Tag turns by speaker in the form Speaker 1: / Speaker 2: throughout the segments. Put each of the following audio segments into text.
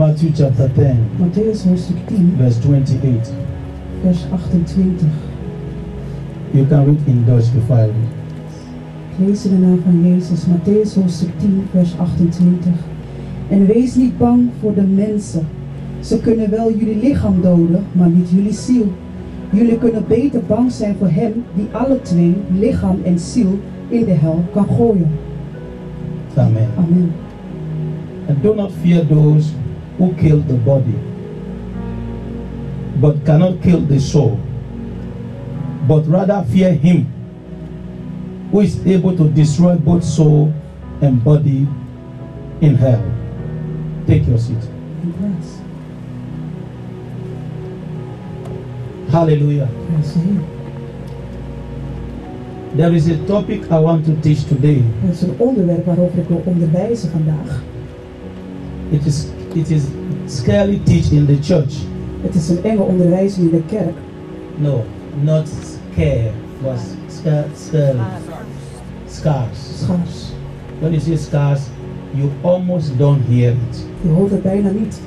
Speaker 1: Matthew chapter 10,
Speaker 2: Matthäus hoofdstuk 10,
Speaker 1: verse 28.
Speaker 2: vers 28.
Speaker 1: You can read in Dutch before I read.
Speaker 2: Ik lees in de naam van Jezus. Matthäus hoofdstuk 10, vers 28. En wees niet bang voor de mensen. Ze kunnen wel jullie lichaam doden, maar niet jullie ziel. Jullie kunnen beter bang zijn voor hem die alle twee, lichaam en ziel, in de hel kan gooien.
Speaker 1: Amen.
Speaker 2: Amen.
Speaker 1: And do not fear those who kill the body, but cannot kill the soul, but rather fear him who is able to destroy both soul and body in hell. Take your seat.
Speaker 2: En plaats.
Speaker 1: Hallelujah.
Speaker 2: Prijs de Heer.
Speaker 1: There is a topic I want to teach today.
Speaker 2: Dat is een onderwerp waarover ik wil onderwijzen vandaag.
Speaker 1: It is it is scarcely teach in the church.
Speaker 2: Het is een enge onderwijzing in de kerk.
Speaker 1: No, not scare, but scar, scar, scars.
Speaker 2: Schaars.
Speaker 1: When you say scars, you almost don't hear it.
Speaker 2: Je hoort het bijna niet.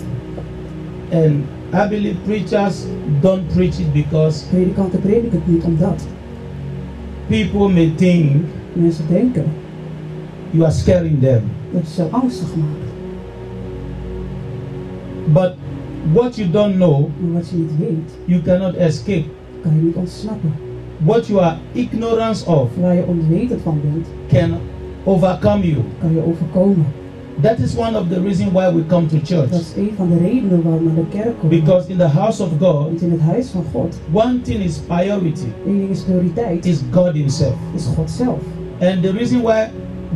Speaker 1: And I believe preachers don't preach it because
Speaker 2: Predikanten prediken het niet omdat
Speaker 1: people may think
Speaker 2: mensen denken
Speaker 1: you are scaring them.
Speaker 2: dat je ze angstig maakt.
Speaker 1: But what you don't know,
Speaker 2: Maar wat je niet weet,
Speaker 1: you cannot escape.
Speaker 2: kan je niet ontsnappen.
Speaker 1: What you are ignorance of
Speaker 2: Waar je onwetend van bent,
Speaker 1: can overcome you.
Speaker 2: kan je overkomen.
Speaker 1: That is one of the reasons why we come to church.
Speaker 2: Dat is een van de redenen waarom we naar de kerk komen.
Speaker 1: Because in the house of God,
Speaker 2: Want in het huis van God,
Speaker 1: one thing is priority.
Speaker 2: één ding is prioriteit,
Speaker 1: It is God Himself.
Speaker 2: is God zelf.
Speaker 1: And the reason why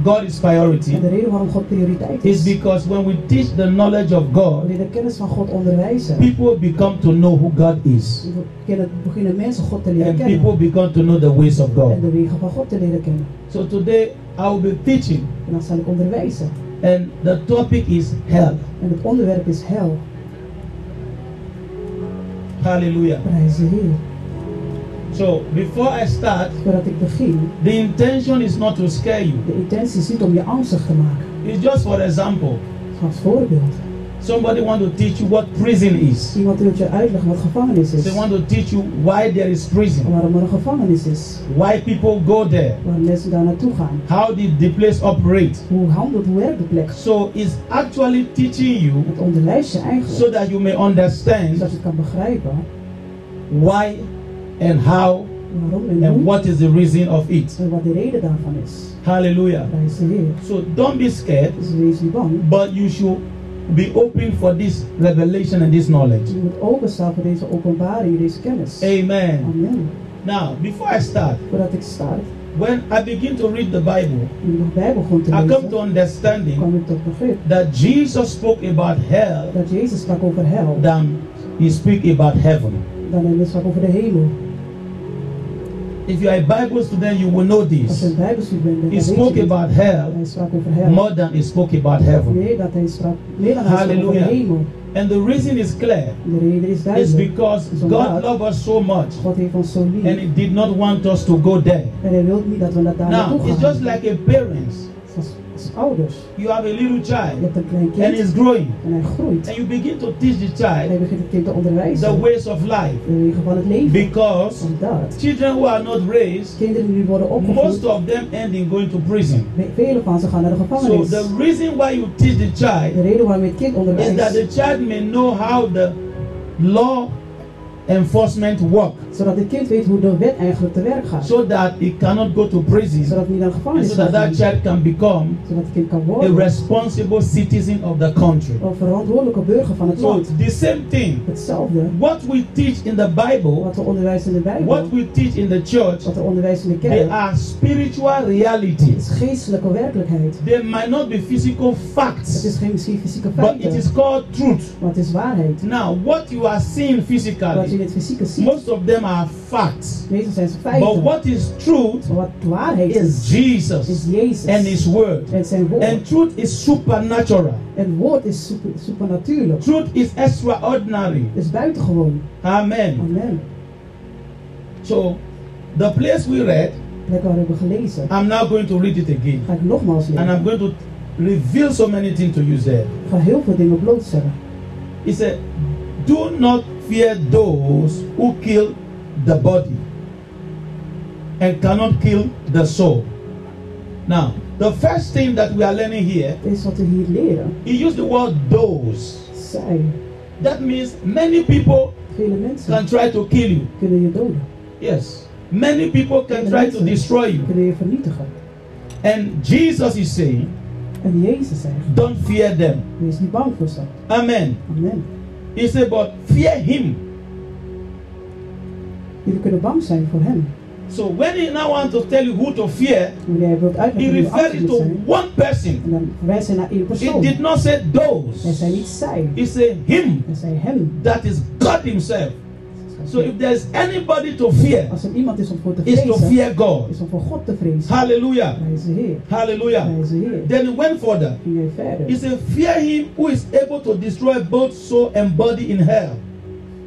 Speaker 1: God is
Speaker 2: En de
Speaker 1: priority
Speaker 2: reden waarom God prioriteit
Speaker 1: is
Speaker 2: is,
Speaker 1: because when we teach the knowledge of God,
Speaker 2: wanneer de kennis van God onderwijzen,
Speaker 1: people become to know who God is.
Speaker 2: kennen- beginnen mensen God te leren
Speaker 1: And
Speaker 2: kennen.
Speaker 1: people become to know the ways of
Speaker 2: En de
Speaker 1: God.
Speaker 2: wegen van God te leren kennen.
Speaker 1: So today I will be teaching,
Speaker 2: En dan zal ik onderwijzen.
Speaker 1: and the topic is hell.
Speaker 2: En het onderwerp is hel.
Speaker 1: Hallelujah.
Speaker 2: Prijs de Heer.
Speaker 1: So before I start,
Speaker 2: Voordat ik begin,
Speaker 1: the intention is not to scare you.
Speaker 2: de intentie is niet om je angstig te maken.
Speaker 1: It's just for example.
Speaker 2: Als voorbeeld.
Speaker 1: Somebody want to teach you what prison is.
Speaker 2: Iemand wil je uitleggen wat gevangenis is.
Speaker 1: They want to teach you why there is prison,
Speaker 2: Waarom er een gevangenis is.
Speaker 1: why people go there,
Speaker 2: Waar mensen daar naartoe gaan.
Speaker 1: how did the place operate.
Speaker 2: Hoe handelt, hoe werkt de plek?
Speaker 1: So it's actually teaching you
Speaker 2: Het onderwijs je eigenlijk.
Speaker 1: so that you may
Speaker 2: Zodat je
Speaker 1: understand
Speaker 2: het kan begrijpen
Speaker 1: why and how
Speaker 2: waarom en
Speaker 1: and
Speaker 2: hoe.
Speaker 1: what is the reason of it.
Speaker 2: En wat de reden daarvan is.
Speaker 1: Hallelujah.
Speaker 2: Prijs de Heer.
Speaker 1: So don't be scared,
Speaker 2: Dus wees niet bang.
Speaker 1: but you should be open for this revelation and this knowledge.
Speaker 2: Je moet openstaan voor deze openbaring, deze kennis.
Speaker 1: Amen.
Speaker 2: Amen.
Speaker 1: Now, before I start,
Speaker 2: Voordat ik start
Speaker 1: when I begin to read the Bible,
Speaker 2: en ik nog bij begon te
Speaker 1: I come
Speaker 2: lezen,
Speaker 1: to understanding
Speaker 2: kwam ik tot begrip.
Speaker 1: that Jesus spoke about hell
Speaker 2: dat Jezus sprak over hel,
Speaker 1: than he speak about heaven.
Speaker 2: dan hij sprak over de hemel.
Speaker 1: If you are a Bible student, you will know
Speaker 2: Als
Speaker 1: this.
Speaker 2: je een bijbelstudent bent, dan
Speaker 1: He
Speaker 2: weet je
Speaker 1: spoke
Speaker 2: dit.
Speaker 1: about hell
Speaker 2: Hij sprak over hel.
Speaker 1: more than he spoke about heaven.
Speaker 2: Nee, dat hij sprak, nee, dan hij sprak over de
Speaker 1: Halleluja.
Speaker 2: hemel.
Speaker 1: And the reason is clear.
Speaker 2: De reden is
Speaker 1: It's
Speaker 2: duidelijk.
Speaker 1: because God loved us so much
Speaker 2: God heeft ons zo lief.
Speaker 1: and he did not want us to go there.
Speaker 2: En hij wil niet dat we naar daar
Speaker 1: Now,
Speaker 2: naartoe
Speaker 1: it's
Speaker 2: gaan.
Speaker 1: just like a parents.
Speaker 2: Als, als ouders.
Speaker 1: You have a little
Speaker 2: Je
Speaker 1: child
Speaker 2: hebt een klein
Speaker 1: and
Speaker 2: kind
Speaker 1: he's growing.
Speaker 2: en hij groeit.
Speaker 1: And you begin to teach the
Speaker 2: En hij
Speaker 1: child
Speaker 2: begint het kind te
Speaker 1: the
Speaker 2: onderwijzen.
Speaker 1: ways of life.
Speaker 2: De wegen van het leven.
Speaker 1: Because
Speaker 2: Omdat
Speaker 1: children who are not raised,
Speaker 2: kinderen die nu worden
Speaker 1: most
Speaker 2: opgevoed,
Speaker 1: of them end in going to prison.
Speaker 2: ve- velen van ze gaan naar de
Speaker 1: So
Speaker 2: gevangenis.
Speaker 1: the reason why you teach the
Speaker 2: De
Speaker 1: child
Speaker 2: reden waarom je het kind
Speaker 1: is that
Speaker 2: onderwijst,
Speaker 1: the child may know how the law enforcement work
Speaker 2: zodat het kind weet hoe de wet eigenlijk te werk gaat.
Speaker 1: so that it cannot go to prison
Speaker 2: zodat het niet naar de
Speaker 1: and
Speaker 2: gevangenis
Speaker 1: so that
Speaker 2: gaat.
Speaker 1: that child can become
Speaker 2: zodat het kind kan
Speaker 1: a
Speaker 2: worden.
Speaker 1: responsible citizen of the country.
Speaker 2: Een verantwoordelijke burger van het
Speaker 1: So
Speaker 2: land.
Speaker 1: the same thing.
Speaker 2: Hetzelfde
Speaker 1: What we teach in the Bible,
Speaker 2: wat de onderwijs in de Bijbel,
Speaker 1: what we teach in the church,
Speaker 2: wat de onderwijs in de
Speaker 1: they
Speaker 2: kerk,
Speaker 1: are spiritual realities.
Speaker 2: is geestelijke werkelijkheid.
Speaker 1: They might not be physical
Speaker 2: Het
Speaker 1: facts,
Speaker 2: is geen misschien fysieke
Speaker 1: but it is
Speaker 2: feiten,
Speaker 1: called truth.
Speaker 2: maar het is waarheid.
Speaker 1: Now, what you are seeing
Speaker 2: Wat je in
Speaker 1: physically,
Speaker 2: het fysieke ziet,
Speaker 1: most of them are facts.
Speaker 2: meestal zijn ze
Speaker 1: But
Speaker 2: feiten. Maar
Speaker 1: what is truth
Speaker 2: wat waarheid
Speaker 1: is
Speaker 2: is, is
Speaker 1: Jesus and
Speaker 2: Jezus
Speaker 1: His Word.
Speaker 2: en zijn woord.
Speaker 1: And truth is supernatural.
Speaker 2: En woord is super- supernatuurlijk,
Speaker 1: Truth is extraordinary.
Speaker 2: is buitengewoon.
Speaker 1: Amen.
Speaker 2: Amen.
Speaker 1: So, the place we read,
Speaker 2: Lekker hebben gelezen.
Speaker 1: I'm now going to read it again.
Speaker 2: Ga ik nogmaals
Speaker 1: And
Speaker 2: lezen.
Speaker 1: I'm going to reveal so many things to you there.
Speaker 2: Ik ga heel veel dingen blootstellen.
Speaker 1: He said, Do not fear those who kill the body and cannot kill the soul. Now, the first thing that we are learning here,
Speaker 2: Dit is wat we hier leren.
Speaker 1: he used the word those.
Speaker 2: Zij,
Speaker 1: That means many people
Speaker 2: vele mensen,
Speaker 1: can try to kill you.
Speaker 2: kunnen je doden,
Speaker 1: Yes. Many people can try to destroy you.
Speaker 2: kunnen je vernietigen.
Speaker 1: And Jesus is saying,
Speaker 2: En Jezus zegt,
Speaker 1: Don't fear them.
Speaker 2: wees niet bang voor ze.
Speaker 1: Amen.
Speaker 2: Amen.
Speaker 1: He said, But fear him.
Speaker 2: Jullie kunnen bang zijn voor hem.
Speaker 1: So when he now wants to tell you who to fear,
Speaker 2: Wanneer hij wilt
Speaker 1: he
Speaker 2: uitleggen wie je
Speaker 1: refers
Speaker 2: achter
Speaker 1: it
Speaker 2: moet
Speaker 1: to
Speaker 2: zijn,
Speaker 1: one person.
Speaker 2: en dan verwijst hij naar één
Speaker 1: He
Speaker 2: persoon.
Speaker 1: did not say
Speaker 2: Hij zei niet
Speaker 1: those.
Speaker 2: zij,
Speaker 1: He said him.
Speaker 2: hij zei hem.
Speaker 1: That is God Himself. So if there's anybody to fear,
Speaker 2: Als er iemand is om voor te
Speaker 1: it's to
Speaker 2: vrezen,
Speaker 1: fear God.
Speaker 2: is om voor God te vrezen.
Speaker 1: Hallelujah.
Speaker 2: Hij is de Heer, hij
Speaker 1: Hallelujah.
Speaker 2: is de Heer.
Speaker 1: Then he went further.
Speaker 2: Ging hij
Speaker 1: He
Speaker 2: verder.
Speaker 1: said, Fear him who is able to destroy both soul and body in hell.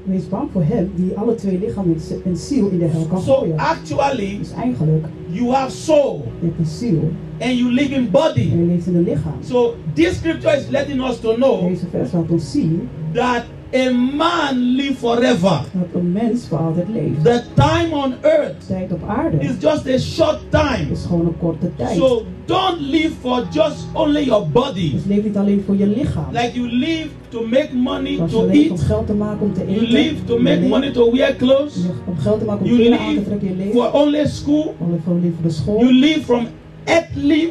Speaker 2: Wees bang voor hem die alle twee lichaam en z- en ziel in de hel kan
Speaker 1: So
Speaker 2: gooien.
Speaker 1: actually,
Speaker 2: Dus eigenlijk,
Speaker 1: you have soul
Speaker 2: je hebt een ziel
Speaker 1: and you live in
Speaker 2: en
Speaker 1: body.
Speaker 2: je leeft in een lichaam.
Speaker 1: So this scripture is letting us to know
Speaker 2: Deze vers laat ons zien
Speaker 1: that a man live forever.
Speaker 2: dat een mens voor altijd leeft.
Speaker 1: The time on
Speaker 2: De
Speaker 1: earth
Speaker 2: tijd op aarde
Speaker 1: is just a short time.
Speaker 2: is gewoon een korte tijd.
Speaker 1: So don't live for just only your body.
Speaker 2: Dus leef niet alleen voor je lichaam.
Speaker 1: Like you live to make money
Speaker 2: Als je
Speaker 1: to
Speaker 2: leeft om
Speaker 1: eat,
Speaker 2: geld te maken om te
Speaker 1: you
Speaker 2: eten.
Speaker 1: live to
Speaker 2: je
Speaker 1: make
Speaker 2: leeft-
Speaker 1: money to wear
Speaker 2: je
Speaker 1: clothes,
Speaker 2: leeft om geld te maken om
Speaker 1: you
Speaker 2: kinderen aan te trekken. Je
Speaker 1: live
Speaker 2: leeft
Speaker 1: for only school,
Speaker 2: om voor lief voor de school.
Speaker 1: you live from earthly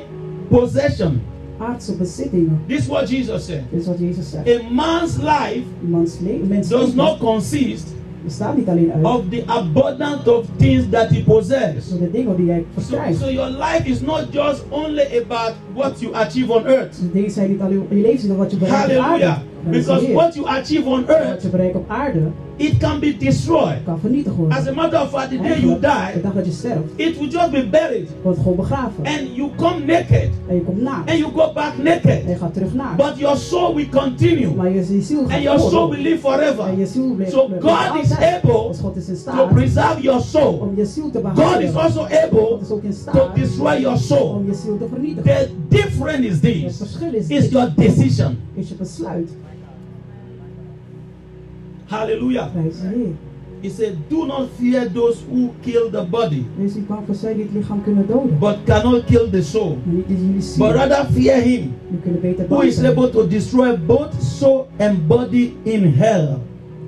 Speaker 1: possession.
Speaker 2: Aardse bezittingen.
Speaker 1: This is what Jesus said.
Speaker 2: Dit is wat Jezus zegt.
Speaker 1: A man's life
Speaker 2: Mens le- mens
Speaker 1: does
Speaker 2: leven
Speaker 1: not Oh. consist
Speaker 2: bestaat niet alleen uit
Speaker 1: of the abundance of things that he possesses.
Speaker 2: door de dingen die jij
Speaker 1: So,
Speaker 2: verkrijgt.
Speaker 1: so your life is not just only about what you achieve on earth.
Speaker 2: Dus deze zijn niet alleen je leeft niet door wat je bereikt op
Speaker 1: Hallelujah.
Speaker 2: aarde. Maar dat is
Speaker 1: Because
Speaker 2: weer.
Speaker 1: what you achieve on
Speaker 2: wat je
Speaker 1: earth,
Speaker 2: bereikt op aarde
Speaker 1: it can be destroyed.
Speaker 2: kan vernietigd worden.
Speaker 1: As a matter of fact, the day you
Speaker 2: Eigenlijk, de
Speaker 1: die,
Speaker 2: dag dat je sterft,
Speaker 1: it will just be buried.
Speaker 2: wordt gewoon begraven.
Speaker 1: And you come naked
Speaker 2: En je komt na.
Speaker 1: and
Speaker 2: En
Speaker 1: you go back
Speaker 2: je
Speaker 1: naked.
Speaker 2: gaat terug na.
Speaker 1: But your soul will continue
Speaker 2: Maar je, je ziel gaat
Speaker 1: and your
Speaker 2: door.
Speaker 1: soul will live
Speaker 2: En je
Speaker 1: forever.
Speaker 2: ziel blijft
Speaker 1: So
Speaker 2: blijft
Speaker 1: God is
Speaker 2: altijd.
Speaker 1: able
Speaker 2: Dus God is in
Speaker 1: To
Speaker 2: staat
Speaker 1: preserve your soul,
Speaker 2: om je ziel te
Speaker 1: God
Speaker 2: behouden.
Speaker 1: is also
Speaker 2: God
Speaker 1: able
Speaker 2: is ook in
Speaker 1: to
Speaker 2: staat
Speaker 1: destroy your
Speaker 2: om
Speaker 1: soul.
Speaker 2: je ziel te vernietigen.
Speaker 1: The difference is
Speaker 2: Het
Speaker 1: this
Speaker 2: verschil is,
Speaker 1: it's
Speaker 2: dit,
Speaker 1: your decision.
Speaker 2: is je besluit.
Speaker 1: Hallelujah.
Speaker 2: Prijs de Heer.
Speaker 1: He said, Do not fear those who kill the body,
Speaker 2: Wees niet bang voor zij die het lichaam kunnen doden. Maar
Speaker 1: but cannot kill the soul.
Speaker 2: niet die jullie ziel.
Speaker 1: But rather fear him
Speaker 2: Jullie kunnen beter
Speaker 1: who
Speaker 2: bang
Speaker 1: is
Speaker 2: zijn.
Speaker 1: able to destroy both soul and body in hell.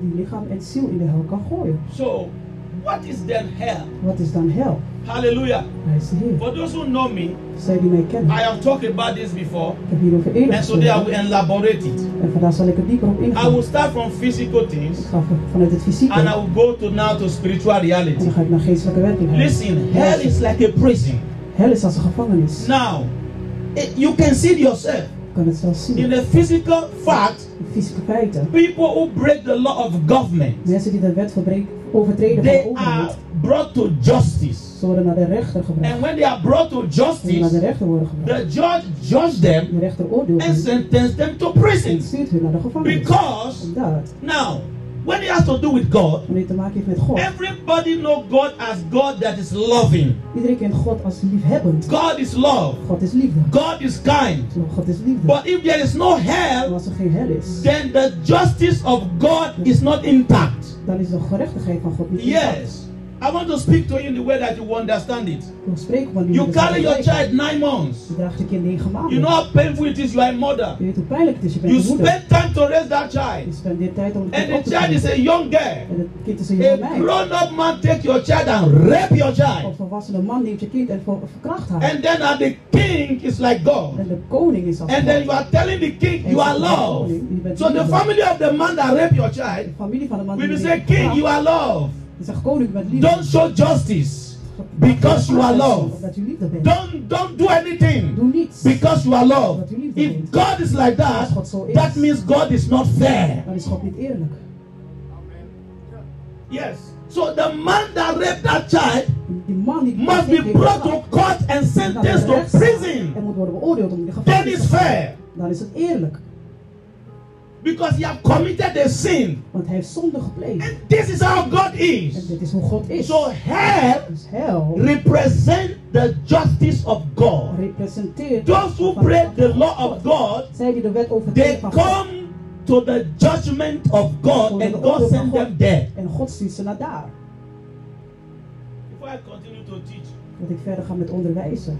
Speaker 2: Die lichaam en ziel in de hel kan gooien.
Speaker 1: So, what is then hell?
Speaker 2: Wat is dan hel?
Speaker 1: Hallelujah.
Speaker 2: Prijs de Heer.
Speaker 1: For those who know me,
Speaker 2: Zij die mij kennen.
Speaker 1: I have talked about this before,
Speaker 2: Ik heb hierover eerder
Speaker 1: and so today I
Speaker 2: gesproken.
Speaker 1: will elaborate it.
Speaker 2: En vandaag zal ik er dieper op
Speaker 1: I
Speaker 2: ingaan.
Speaker 1: will start from physical
Speaker 2: Ik
Speaker 1: things
Speaker 2: ga van- vanuit het fysieke.
Speaker 1: and I will go to now to spiritual
Speaker 2: En dan
Speaker 1: reality.
Speaker 2: ga ik naar geestelijke werkelijkheid.
Speaker 1: Listen, hell is like a prison.
Speaker 2: Hel is als een gevangenis.
Speaker 1: Now, it- you can see it yourself.
Speaker 2: Ik kan het zelf zien.
Speaker 1: In the physical fact,
Speaker 2: De fysieke feiten.
Speaker 1: people who break the law of government,
Speaker 2: Mensen die de wet verbreken, overtreden van de
Speaker 1: they are
Speaker 2: overheid.
Speaker 1: brought to justice.
Speaker 2: Ze worden naar de rechter gebracht.
Speaker 1: And when they are brought to
Speaker 2: Ze zullen naar de
Speaker 1: justice,
Speaker 2: rechter worden gebracht.
Speaker 1: the judge judge them
Speaker 2: De rechter oordeelt
Speaker 1: and
Speaker 2: hen
Speaker 1: sentenced them to
Speaker 2: en
Speaker 1: prison.
Speaker 2: stuurt hun naar de gevangenis.
Speaker 1: Because
Speaker 2: Omdat,
Speaker 1: now, when it has to do with God,
Speaker 2: wanneer het te maken heeft met God.
Speaker 1: everybody know God as God that is loving.
Speaker 2: Iedereen kent God als liefhebbend.
Speaker 1: God is love.
Speaker 2: God is liefde.
Speaker 1: God is kind.
Speaker 2: God is liefde.
Speaker 1: But if there is no
Speaker 2: Maar
Speaker 1: hell,
Speaker 2: als er geen hel is,
Speaker 1: then the justice of God is not intact.
Speaker 2: dan is de gerechtigheid van God niet intact.
Speaker 1: Yes. I want to speak to you in the way that you understand it.
Speaker 2: Ik spreek op een manier
Speaker 1: You
Speaker 2: dat
Speaker 1: carry
Speaker 2: je
Speaker 1: your
Speaker 2: kijkt.
Speaker 1: child nine months.
Speaker 2: Je draagt je kind negen maanden.
Speaker 1: You know how painful it is. You are a mother.
Speaker 2: je weet hoe pijnlijk het is. Je bent
Speaker 1: You
Speaker 2: een moeder.
Speaker 1: spend time to raise that
Speaker 2: Je
Speaker 1: child.
Speaker 2: spendeert tijd om het kind op
Speaker 1: And
Speaker 2: te
Speaker 1: the child is
Speaker 2: voeden.
Speaker 1: a young girl.
Speaker 2: En het kind is een
Speaker 1: A
Speaker 2: jonge meid.
Speaker 1: grown up man take your child and rape your
Speaker 2: Een
Speaker 1: child.
Speaker 2: volwassene man neemt je kind en ver- verkracht haar.
Speaker 1: And then at the king is like
Speaker 2: En
Speaker 1: God.
Speaker 2: de koning is als
Speaker 1: And
Speaker 2: God.
Speaker 1: then you are telling the king you are love. So the family of the man that raped your child
Speaker 2: De familie van de man
Speaker 1: will be
Speaker 2: die
Speaker 1: saying, King, you are love.
Speaker 2: Je zegt koning met liefde.
Speaker 1: Don't show justice because you are love.
Speaker 2: Omdat je liefde bent.
Speaker 1: Don't don't do anything.
Speaker 2: Doe niets.
Speaker 1: Because you are loved. If God is like that, that means God is not fair.
Speaker 2: Dan is God niet eerlijk.
Speaker 1: Yes. So the man that raped that child
Speaker 2: Die man die
Speaker 1: must
Speaker 2: die
Speaker 1: be
Speaker 2: heeft
Speaker 1: brought
Speaker 2: geslacht,
Speaker 1: to court and
Speaker 2: moet naar de
Speaker 1: sentenced to
Speaker 2: rechtszaal En
Speaker 1: prison.
Speaker 2: moet worden beoordeeld om de
Speaker 1: That
Speaker 2: gevangenis
Speaker 1: is
Speaker 2: te gaan.
Speaker 1: fair.
Speaker 2: Dan is het eerlijk.
Speaker 1: Because he have committed a sin.
Speaker 2: Want hij heeft zonde gepleegd.
Speaker 1: And this is how God
Speaker 2: En
Speaker 1: is.
Speaker 2: dit is hoe God is.
Speaker 1: So hell
Speaker 2: Dus hel
Speaker 1: represent the justice of God.
Speaker 2: representeert...
Speaker 1: Those who break the law of God,
Speaker 2: Zij die de wet
Speaker 1: they
Speaker 2: overtreden van God.
Speaker 1: come to the judgment of God, and God sent them there.
Speaker 2: En God stuurt ze naar daar.
Speaker 1: Before I continue to teach,
Speaker 2: Dat ik verder ga met onderwijzen.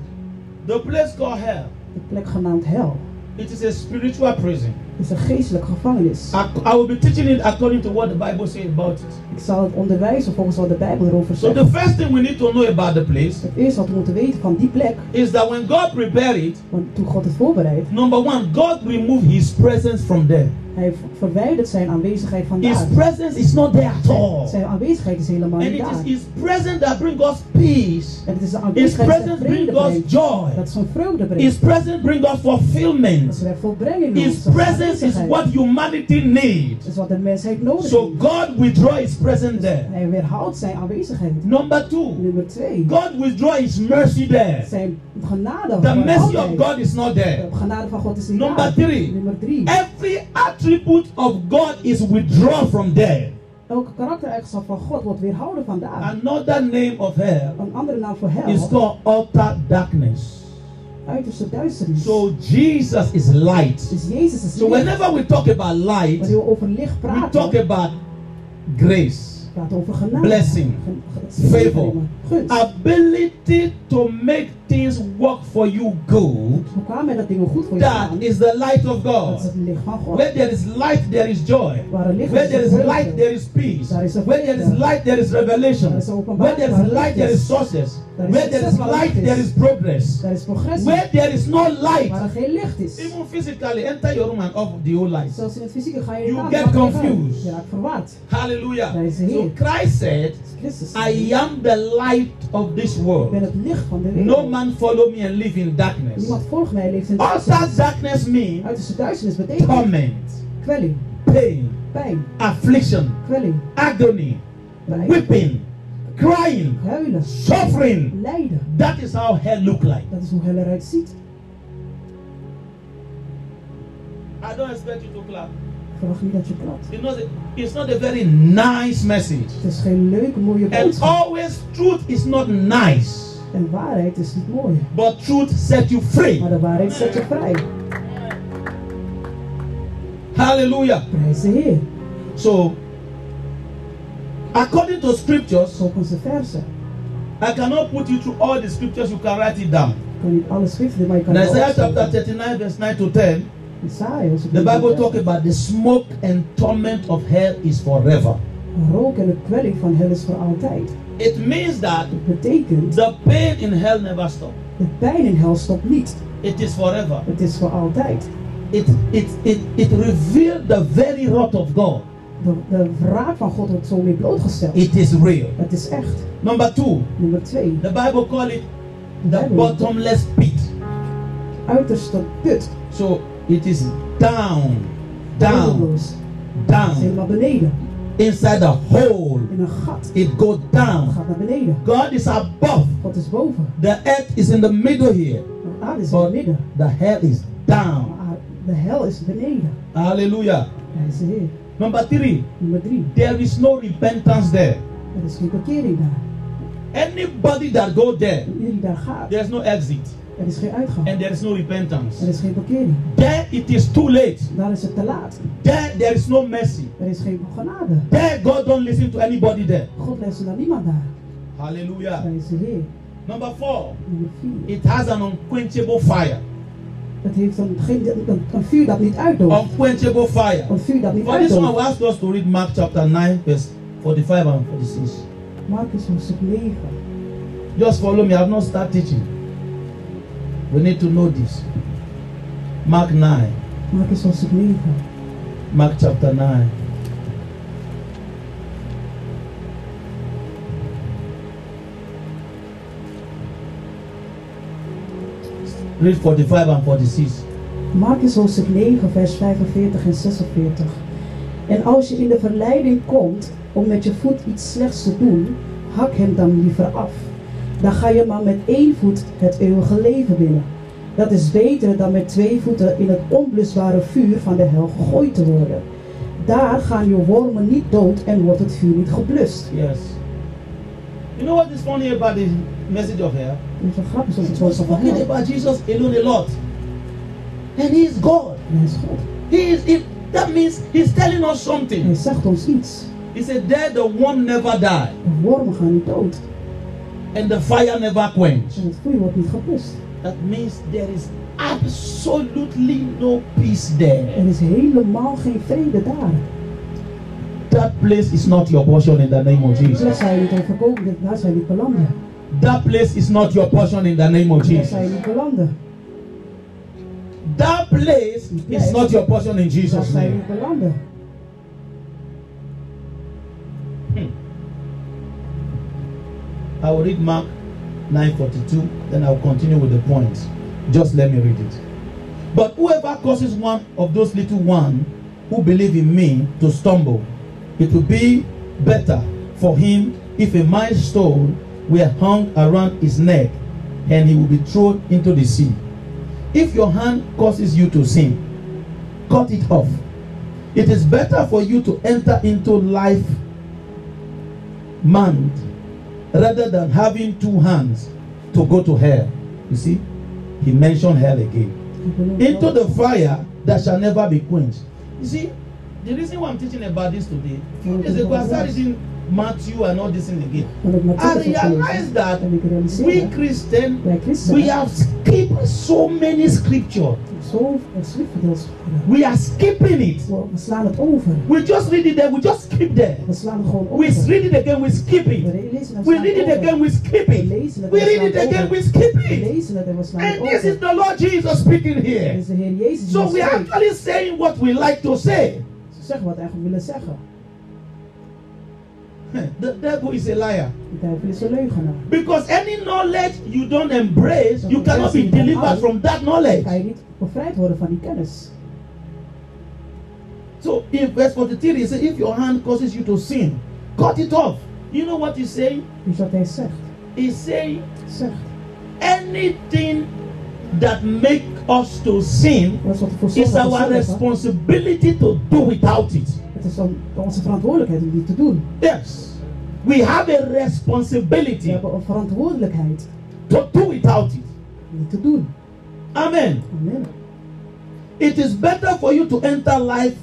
Speaker 1: the place called hell,
Speaker 2: De plek genaamd hel
Speaker 1: it is a spiritual prison.
Speaker 2: is een geestelijke gevangenis.
Speaker 1: I, I will be teaching it according to what the Bible says about it.
Speaker 2: Ik zal het onderwijzen volgens wat de Bijbel erover
Speaker 1: So
Speaker 2: zegt.
Speaker 1: the first thing we need to know about the place
Speaker 2: Het eerste wat we moeten weten van die plek,
Speaker 1: is that when God prepared it,
Speaker 2: want toen God het voorbereidt,
Speaker 1: number one, God removed His presence from there.
Speaker 2: hij v- verwijdert zijn aanwezigheid van
Speaker 1: His
Speaker 2: daar.
Speaker 1: presence is not there at all,
Speaker 2: Zijn aanwezigheid is helemaal
Speaker 1: and
Speaker 2: niet
Speaker 1: it is
Speaker 2: daar.
Speaker 1: His presence that brings us peace.
Speaker 2: En het is
Speaker 1: His
Speaker 2: de aanwezigheid die zijn
Speaker 1: presence brings
Speaker 2: vrede
Speaker 1: us
Speaker 2: brengt.
Speaker 1: joy.
Speaker 2: Dat is een vreugde
Speaker 1: His
Speaker 2: brengt.
Speaker 1: presence brings us
Speaker 2: Dat
Speaker 1: fulfillment.
Speaker 2: ze wij volbrengen in
Speaker 1: His
Speaker 2: ons. Dat
Speaker 1: presence is
Speaker 2: aanwezigheid.
Speaker 1: what humanity needs.
Speaker 2: Dat is wat de mensheid nodig
Speaker 1: So
Speaker 2: heeft.
Speaker 1: God withdraw His presence there.
Speaker 2: Hij weerhoudt zijn aanwezigheid.
Speaker 1: Number two,
Speaker 2: Nummer twee.
Speaker 1: God withdraw His mercy there.
Speaker 2: Zijn genade.
Speaker 1: The
Speaker 2: wordt
Speaker 1: mercy of
Speaker 2: altijd-
Speaker 1: God is not there.
Speaker 2: De genade van God is niet
Speaker 1: Number
Speaker 2: daar.
Speaker 1: three.
Speaker 2: Nummer drie.
Speaker 1: Every attribute of God is withdrawn from there.
Speaker 2: Elke karaktereigenschap van God wordt weerhouden vandaag.
Speaker 1: Another name of hell
Speaker 2: Een andere naam voor
Speaker 1: is
Speaker 2: hel.
Speaker 1: called utter darkness.
Speaker 2: Uiterste duisternis.
Speaker 1: So Jesus is light.
Speaker 2: Dus Jezus is
Speaker 1: So
Speaker 2: licht.
Speaker 1: whenever we talk about light,
Speaker 2: Wanneer we over licht
Speaker 1: we
Speaker 2: praten,
Speaker 1: talk about grace,
Speaker 2: we praten over genade.
Speaker 1: blessing,
Speaker 2: Gen- ge-
Speaker 1: favor. Ah.
Speaker 2: Gunst.
Speaker 1: ability to make things work for you good.
Speaker 2: We kwamen met dat dingen goed voor je
Speaker 1: That
Speaker 2: staan.
Speaker 1: is the light of
Speaker 2: Dat is het
Speaker 1: God.
Speaker 2: licht van God.
Speaker 1: Where there is light, there is joy.
Speaker 2: Waar er licht
Speaker 1: Where there is
Speaker 2: vreugde.
Speaker 1: light, there is peace.
Speaker 2: Daar is een
Speaker 1: Where there is
Speaker 2: vrede.
Speaker 1: light, there is revelation.
Speaker 2: Daar is openbaring,
Speaker 1: Where there
Speaker 2: waar
Speaker 1: is light,
Speaker 2: licht
Speaker 1: there
Speaker 2: is.
Speaker 1: is success.
Speaker 2: Daar is
Speaker 1: Where there is
Speaker 2: succes, waar
Speaker 1: light,
Speaker 2: licht
Speaker 1: there
Speaker 2: is.
Speaker 1: is progress.
Speaker 2: Daar is progressie.
Speaker 1: Where there is no
Speaker 2: Waar er
Speaker 1: light,
Speaker 2: geen licht is.
Speaker 1: even physically, enter your room and off the whole light.
Speaker 2: Zelfs in het fysieke ga je
Speaker 1: You
Speaker 2: naam
Speaker 1: get
Speaker 2: maakt niet uit.
Speaker 1: confused.
Speaker 2: Je raakt verwaard. Daar
Speaker 1: Hallelujah.
Speaker 2: is de
Speaker 1: So
Speaker 2: Heer.
Speaker 1: Christ said,
Speaker 2: Dat is Christus.
Speaker 1: I am the light of this
Speaker 2: Ik ben
Speaker 1: world.
Speaker 2: het licht van de wereld.
Speaker 1: No man follow me and live in darkness.
Speaker 2: Niemand volgt mij leeft in
Speaker 1: Utter darkness means
Speaker 2: Uiterste duisternis betekent
Speaker 1: torment,
Speaker 2: kwelling,
Speaker 1: pain,
Speaker 2: pijn,
Speaker 1: affliction,
Speaker 2: kwelling,
Speaker 1: agony,
Speaker 2: pijn,
Speaker 1: weeping, crying,
Speaker 2: huilen,
Speaker 1: suffering.
Speaker 2: lijden.
Speaker 1: That is how hell look like.
Speaker 2: Dat is hoe hel eruit ziet.
Speaker 1: I don't expect you to clap.
Speaker 2: Ik verwacht niet dat je klapt.
Speaker 1: It's not a, it's not a very nice message.
Speaker 2: Het is geen leuke, mooie
Speaker 1: And
Speaker 2: boodschap.
Speaker 1: always truth is not nice,
Speaker 2: En waarheid is niet mooi.
Speaker 1: but truth set you free.
Speaker 2: Maar de waarheid zet je vrij.
Speaker 1: Hallelujah.
Speaker 2: Prijs de Heer.
Speaker 1: So according to scriptures,
Speaker 2: Volgens de versen.
Speaker 1: I cannot put you through all the scriptures, you can write it down.
Speaker 2: Ik kan niet alle schriften, maar ik kan
Speaker 1: In Isaiah
Speaker 2: wel
Speaker 1: chapter 39, verse 9 to 10,
Speaker 2: Isaiah, als ik
Speaker 1: the
Speaker 2: niet
Speaker 1: Bible
Speaker 2: weet.
Speaker 1: talks about the smoke and torment of hell is forever.
Speaker 2: Rook en de kwelling van hel is voor altijd.
Speaker 1: It means that
Speaker 2: Dat betekent,
Speaker 1: the pain in hell never stops.
Speaker 2: de pijn in hel stopt niet.
Speaker 1: It is forever.
Speaker 2: Het is voor altijd.
Speaker 1: It it it it reveals the very wrath of God.
Speaker 2: De, de wraak van God wordt zo mee blootgesteld.
Speaker 1: It is real.
Speaker 2: Het is echt.
Speaker 1: Number two,
Speaker 2: Nummer twee.
Speaker 1: the Bible call it the
Speaker 2: Bijbel.
Speaker 1: bottomless pit.
Speaker 2: Uiterste put.
Speaker 1: So it is down, down,
Speaker 2: Eindeloos. Het is
Speaker 1: down
Speaker 2: helemaal beneden.
Speaker 1: inside the hole.
Speaker 2: In een gat.
Speaker 1: It goes
Speaker 2: Het
Speaker 1: down.
Speaker 2: gaat naar beneden.
Speaker 1: God is above.
Speaker 2: God is boven.
Speaker 1: The earth is in the middle here.
Speaker 2: De aarde is in
Speaker 1: But
Speaker 2: het midden.
Speaker 1: the hell is
Speaker 2: Maar
Speaker 1: down.
Speaker 2: aarde- de hel is beneden.
Speaker 1: Hallelujah.
Speaker 2: Hij is de Heer.
Speaker 1: Number three,
Speaker 2: Nummer drie.
Speaker 1: there is no repentance there.
Speaker 2: Er is geen bekering daar.
Speaker 1: Anybody that go there,
Speaker 2: En iedereen die daar gaat,
Speaker 1: there's no exit
Speaker 2: er is geen uitgang.
Speaker 1: and there is no repentance.
Speaker 2: Er is geen bekering.
Speaker 1: There it is too late.
Speaker 2: Daar is het te laat.
Speaker 1: There there is no mercy.
Speaker 2: Er is geen genade.
Speaker 1: There God don't listen to anybody there.
Speaker 2: God luistert naar niemand daar.
Speaker 1: Hallelujah.
Speaker 2: Hij is de Heer.
Speaker 1: Number four,
Speaker 2: Nummer vier.
Speaker 1: it has an unquenchable fire.
Speaker 2: Het heeft een, geen, een, een vuur dat niet uitdooft.
Speaker 1: Unquenchable fire.
Speaker 2: Een vuur dat niet
Speaker 1: For this one, I
Speaker 2: uitdooft.
Speaker 1: will ask us to read Mark chapter 9, verse 45 and 46.
Speaker 2: Marcus hoofdstuk 9.
Speaker 1: Just follow me. I have not started teaching. We need to know this. Mark 9.
Speaker 2: Marcus hoofdstuk 9.
Speaker 1: Mark chapter 9. Read 45 and 46.
Speaker 2: Marcus hoofdstuk 9, vers 45 en 46. En als je in de verleiding komt om met je voet iets slechts te doen, hak hem dan liever af. Dan ga je maar met één voet het eeuwige leven binnen. Dat is beter dan met twee voeten in het onblusbare vuur van de hel gegooid te worden. Daar gaan je wormen niet dood en wordt het vuur niet geblust.
Speaker 1: Yes. You know what is funny about the message of hell?
Speaker 2: Dat is wel grappig, zoals
Speaker 1: It
Speaker 2: het
Speaker 1: was
Speaker 2: woord van
Speaker 1: spoken
Speaker 2: hel.
Speaker 1: about Jesus alone a lot. And he is God.
Speaker 2: En hij is God.
Speaker 1: He is in That means he's telling us something.
Speaker 2: Hij zegt ons iets.
Speaker 1: He said, There the worm never die,
Speaker 2: De wormen gaan niet dood.
Speaker 1: and the fire never quench.
Speaker 2: En het vuur wordt niet geblust.
Speaker 1: That means there is absolutely no peace there.
Speaker 2: Er is helemaal geen vrede daar.
Speaker 1: That place is not your portion in the name of
Speaker 2: Daar
Speaker 1: Jesus.
Speaker 2: zijn jullie niet overkomen, dit- daar zijn jullie belanden.
Speaker 1: That place is not your portion in the name of
Speaker 2: Daar zijn
Speaker 1: Jesus.
Speaker 2: jullie belanden.
Speaker 1: That place is not your portion in
Speaker 2: Daar
Speaker 1: Jesus'
Speaker 2: zijn
Speaker 1: name.
Speaker 2: jullie belanden.
Speaker 1: I will read Mark 9:42, then I'll continue with the points. Just let me read it. But whoever causes one of those little ones who believe in me to stumble, it will be better for him if a milestone were hung around his neck and he will be thrown into the sea. If your hand causes you to sin, cut it off. It is better for you to enter into life manned rather than having two hands to go to hell. You see, he mentioned hell again.
Speaker 2: Ik beloof
Speaker 1: Into
Speaker 2: wel-
Speaker 1: the fire that shall never be quenched. You see, the reason why I'm teaching about this today, few days ago I started reading Matthew and all this thing again.
Speaker 2: Want ik
Speaker 1: I
Speaker 2: Matthäus heb
Speaker 1: realized
Speaker 2: gelezen. En
Speaker 1: that
Speaker 2: ik
Speaker 1: we
Speaker 2: realiseer
Speaker 1: Christians,
Speaker 2: bij Christus
Speaker 1: we have skipped so many scriptures.
Speaker 2: zo het schriftgedeelte gedaan.
Speaker 1: We are skipping it.
Speaker 2: We we slaan het over.
Speaker 1: We just read it there, we just skip there.
Speaker 2: We slaan het gewoon over.
Speaker 1: We read it again, we skip
Speaker 2: We
Speaker 1: it.
Speaker 2: re- lezen het
Speaker 1: We
Speaker 2: slaan
Speaker 1: read it
Speaker 2: over.
Speaker 1: again, we skip
Speaker 2: We
Speaker 1: it.
Speaker 2: lezen het
Speaker 1: We
Speaker 2: en
Speaker 1: read
Speaker 2: slaan
Speaker 1: it again,
Speaker 2: over.
Speaker 1: we skip
Speaker 2: We
Speaker 1: it.
Speaker 2: lezen het en we slaan het
Speaker 1: And
Speaker 2: over.
Speaker 1: this is the Lord Jesus speaking
Speaker 2: Dit
Speaker 1: here.
Speaker 2: is de Heer Jezus die
Speaker 1: So
Speaker 2: ons
Speaker 1: we are
Speaker 2: spreekt.
Speaker 1: actually saying what we like to say.
Speaker 2: Ze zeggen wat we eigenlijk willen zeggen.
Speaker 1: The devil is a liar.
Speaker 2: De duivel is een leugenaar.
Speaker 1: Because any knowledge you don't embrace, you cannot be delivered from that
Speaker 2: Kan je
Speaker 1: knowledge.
Speaker 2: niet bevrijd worden van die kennis.
Speaker 1: So in verse 43, he says, If your hand causes you to sin, cut it off. You know what he's saying?
Speaker 2: Dus wat hij zegt.
Speaker 1: He's saying,
Speaker 2: Zegt.
Speaker 1: Anything that makes us to sin
Speaker 2: Dat is wat voor
Speaker 1: is
Speaker 2: sommigen
Speaker 1: our
Speaker 2: zeggen.
Speaker 1: responsibility to do without it.
Speaker 2: Het is dan onze verantwoordelijkheid om dit te doen.
Speaker 1: Yes. We have a
Speaker 2: We
Speaker 1: responsibility
Speaker 2: hebben een verantwoordelijkheid
Speaker 1: to do without it.
Speaker 2: om dit te doen. Oh,
Speaker 1: Amen.
Speaker 2: Amen.
Speaker 1: It is better for you to enter life